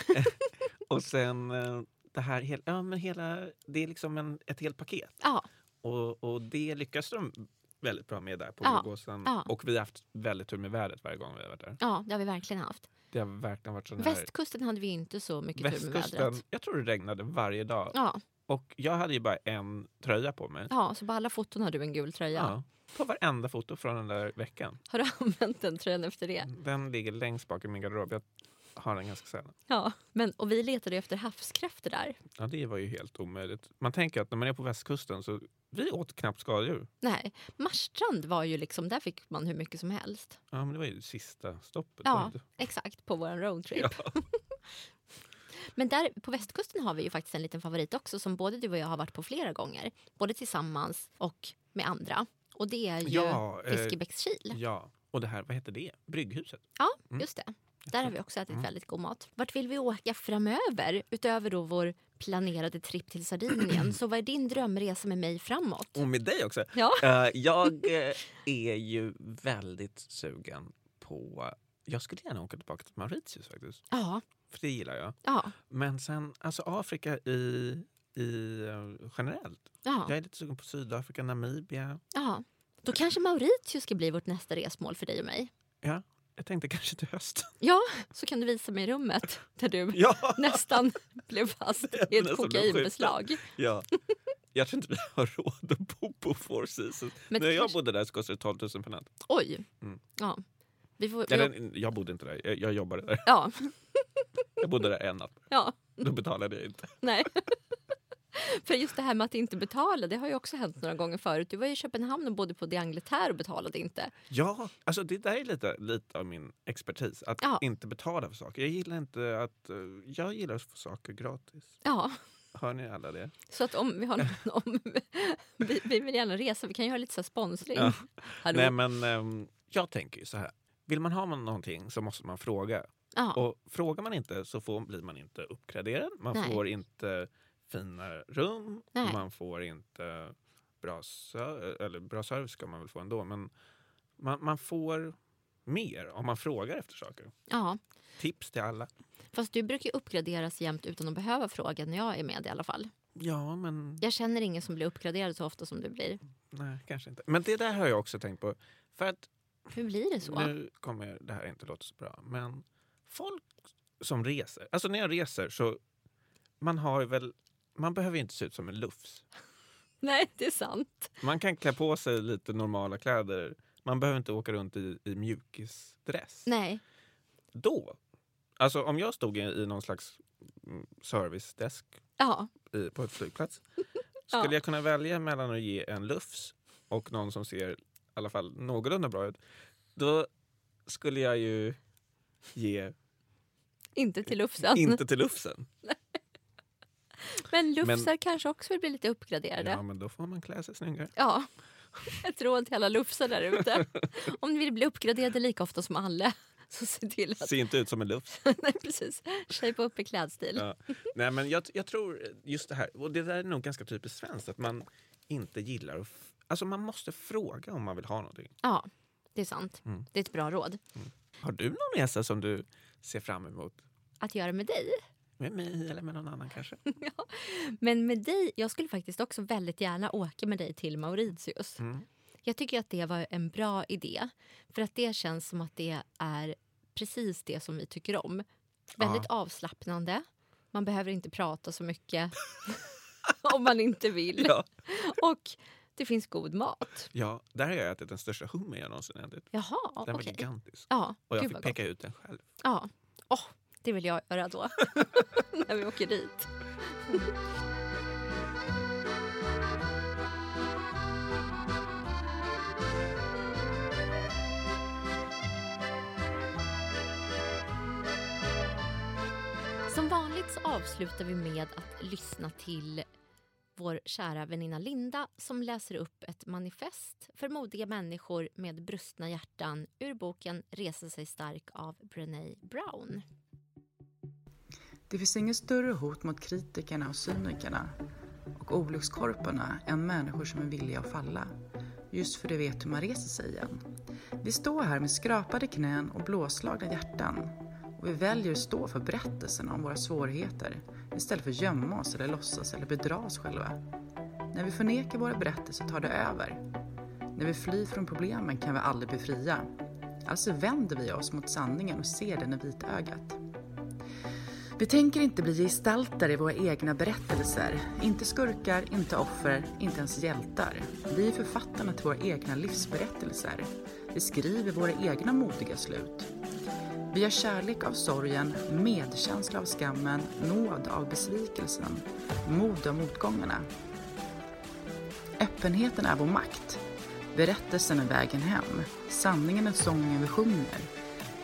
S4: Och sen eh, det här, hel- ja, men hela, det är liksom en, ett helt paket.
S3: ja,
S4: Och, och det lyckas de väldigt bra med där på
S3: Ja,
S4: Vårgåsen.
S3: ja.
S4: Och vi har haft väldigt tur med vädret varje gång vi har varit där.
S3: ja, det har vi verkligen haft.
S4: Det har verkligen varit sån här...
S3: Västkusten hade vi ju inte så mycket tur med
S4: Västkusten,
S3: vädret.
S4: jag tror det regnade varje dag.
S3: Ja,
S4: Och jag hade ju bara en tröja på mig.
S3: ja, så på alla foton har du en gul tröja.
S4: Ja, På varenda foto från den där veckan.
S3: Har du använt den tröjan efter det?
S4: Den ligger längst bak i min garderob. Jag har den ganska sällan.
S3: Ja, men, och vi letade ju efter havskräftor där.
S4: Ja, det var ju helt omöjligt. Man tänker att när man är på västkusten så vi åt knappt skaldjur.
S3: Nej, Marstrand var ju liksom, där fick man hur mycket som helst.
S4: Ja, men det var ju sista stoppet. var det
S3: Ja,
S4: inte?
S3: exakt, på vår roadtrip. Men där på västkusten har vi ju faktiskt en liten favorit också som både du och jag har varit på flera gånger. Både tillsammans och med andra. Och det är ju
S4: Ja, eh,
S3: Fiskebäckskil.
S4: ja. Och det här, vad hette det? Brygghuset?
S3: Ja,
S4: Mm.
S3: just det. Där har vi också ätit
S4: Mm.
S3: väldigt god mat. Vart vill vi åka framöver? Utöver då vår planerade tripp till Sardinien. Så vad är din drömresa med mig framåt?
S4: Och med dig också.
S3: Ja,
S4: Eh, jag eh, är ju väldigt sugen på... Jag skulle gärna åka tillbaka till Mauritius faktiskt.
S3: ja,
S4: För det gillar jag.
S3: ja,
S4: Men sen, alltså Afrika i, i eh, generellt.
S3: ja.
S4: Jag är lite sugen på Sydafrika, Namibia.
S3: ja. Då kanske Mauritius ska bli vårt nästa resmål för dig och mig.
S4: Ja, jag tänkte kanske till hösten.
S3: Ja, så kan du visa mig rummet där du
S4: Ja!
S3: nästan blev fast i
S4: Nästan blev
S3: ett kokainbeslag.
S4: ja. Jag tror inte vi har råd att bo på Four Seasons.
S3: Men
S4: När jag
S3: kanske-
S4: bodde där så kostade det 12 000 per natt.
S3: Oj.
S4: Mm.
S3: Ja. Vi får, vi,
S4: Eller, jag bodde inte där, jag, jag jobbade där.
S3: ja,
S4: Jag bodde där en natt.
S3: ja,
S4: Då betalade jag inte.
S3: nej. För just det här med att inte betala, det har ju också hänt några gånger förut. Du var ju i Köpenhamn och bodde på The Angleterre och betalade inte.
S4: Ja, alltså det där är lite, lite av min expertis. Att
S3: Ja.
S4: inte betala för saker. Jag gillar inte att... eh, Jag gillar att få saker gratis.
S3: Ja,
S4: Hör ni alla det?
S3: så att om vi har någon, om, vi, vi vill gärna resa, vi kan göra lite så här sponsring.
S4: Ja.
S3: Hallå?
S4: Nej, men ehm, jag tänker ju så här. Vill man ha någonting så måste man fråga.
S3: ja,
S4: Och frågar man inte så får, blir man inte uppgraderad. Man
S3: Nej.
S4: får inte fina rum.
S3: Nej.
S4: Man får inte bra, ser- eller bra service. ska man väl få ändå. Men man, man får mer om man frågar efter saker.
S3: ja.
S4: Tips till alla.
S3: Fast du brukar ju uppgraderas jämt utan att behöva fråga när jag är med i alla fall.
S4: Ja, men...
S3: Jag känner ingen som blir uppgraderad så ofta som du blir.
S4: Nej, kanske inte. Men det där har jag också tänkt på. För att
S3: Hur blir det så?
S4: nu kommer det här inte låta så bra, men folk som reser, alltså när jag reser så man har väl, man behöver ju inte se ut som en lufs.
S3: Nej, det är sant.
S4: Man kan klä på sig lite normala kläder. Man behöver inte åka runt i, i mjukisdress.
S3: Nej,
S4: Då, alltså om jag stod i, i någon slags mm, servicedesk
S3: ja.
S4: i, på ett flygplats.
S3: Ja.
S4: Skulle jag kunna välja mellan att ge en lufs och någon som ser i alla fall någorlunda bra ut, då skulle jag ju ge
S3: Inte till Lufsen.
S4: inte till lufsen.
S3: Men Lufsar
S4: Men-
S3: kanske också vill bli lite uppgraderade.
S4: Ja,
S3: Ja.
S4: men då får man klä sig snyggare.
S3: Ett råd till alla Lufsar där ute. Om ni vill bli uppgraderade lika ofta som alla så se till att...
S4: Se inte ut som en lufs.
S3: Nej, precis. Shapea upp i klädstil.
S4: Ja. Nej, men jag, jag tror just det här, och det där är nog ganska typiskt svenskt, att man inte gillar att... f- Alltså man måste fråga om man vill ha någonting.
S3: Ja, det är sant.
S4: Mm.
S3: Det är ett bra råd.
S4: Har du någon resa som du ser fram emot?
S3: Att göra med dig.
S4: Med mig eller med någon annan kanske?
S3: Men med dig, jag skulle faktiskt också väldigt gärna åka med dig till Mauritius.
S4: Mm.
S3: Jag tycker att det var en bra idé. För att det känns som att det är precis det som vi tycker om. Väldigt avslappnande. Man behöver inte prata så mycket om man inte vill.
S4: Ja.
S3: Och det finns god mat.
S4: Ja, där har jag ätit den största hummer jag någonsin ätit.
S3: Jaha, okej.
S4: Den var gigantisk.
S3: Ja,
S4: Och jag
S3: gud
S4: fick
S3: vad gott.
S4: peka ut den själv.
S3: Ja. Åh, det vill jag göra då. När vi åker dit. Som vanligt så avslutar vi med att lyssna till vår kära väninna Linda som läser upp ett manifest för modiga människor med brustna hjärtan ur boken Resa sig stark av Brené Brown.
S6: Det finns inget större hot mot kritikerna och cynikerna och olyckskorparna än människor som är villiga att falla. Just för de vet hur man reser sig igen. Vi står här med skrapade knän och blåslagna hjärtan och vi väljer att stå för berättelserna om våra svårigheter istället för att gömma oss eller låtsas eller bedra oss själva. När vi förnekar våra berättelser tar det över. När vi flyr från problemen kan vi aldrig bli fria. Alltså vänder vi oss mot sanningen och ser den i vitögat. Vi tänker inte bli gestaltare i våra egna berättelser. Inte skurkar, inte offer, inte ens hjältar. Vi är författarna till våra egna livsberättelser. Vi skriver våra egna modiga slut. Vi har kärlek av sorgen, medkänsla av skammen, nåd av besvikelsen, mod av motgångarna. Öppenheten är vår makt. Berättelsen är vägen hem. Sanningen är sången vi sjunger.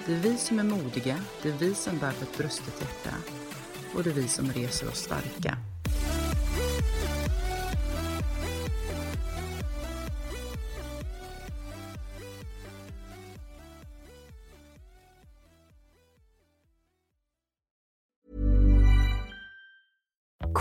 S6: Det är vi som är modiga, det är vi som bär på ett brustet hjärta och det är vi som reser oss starka.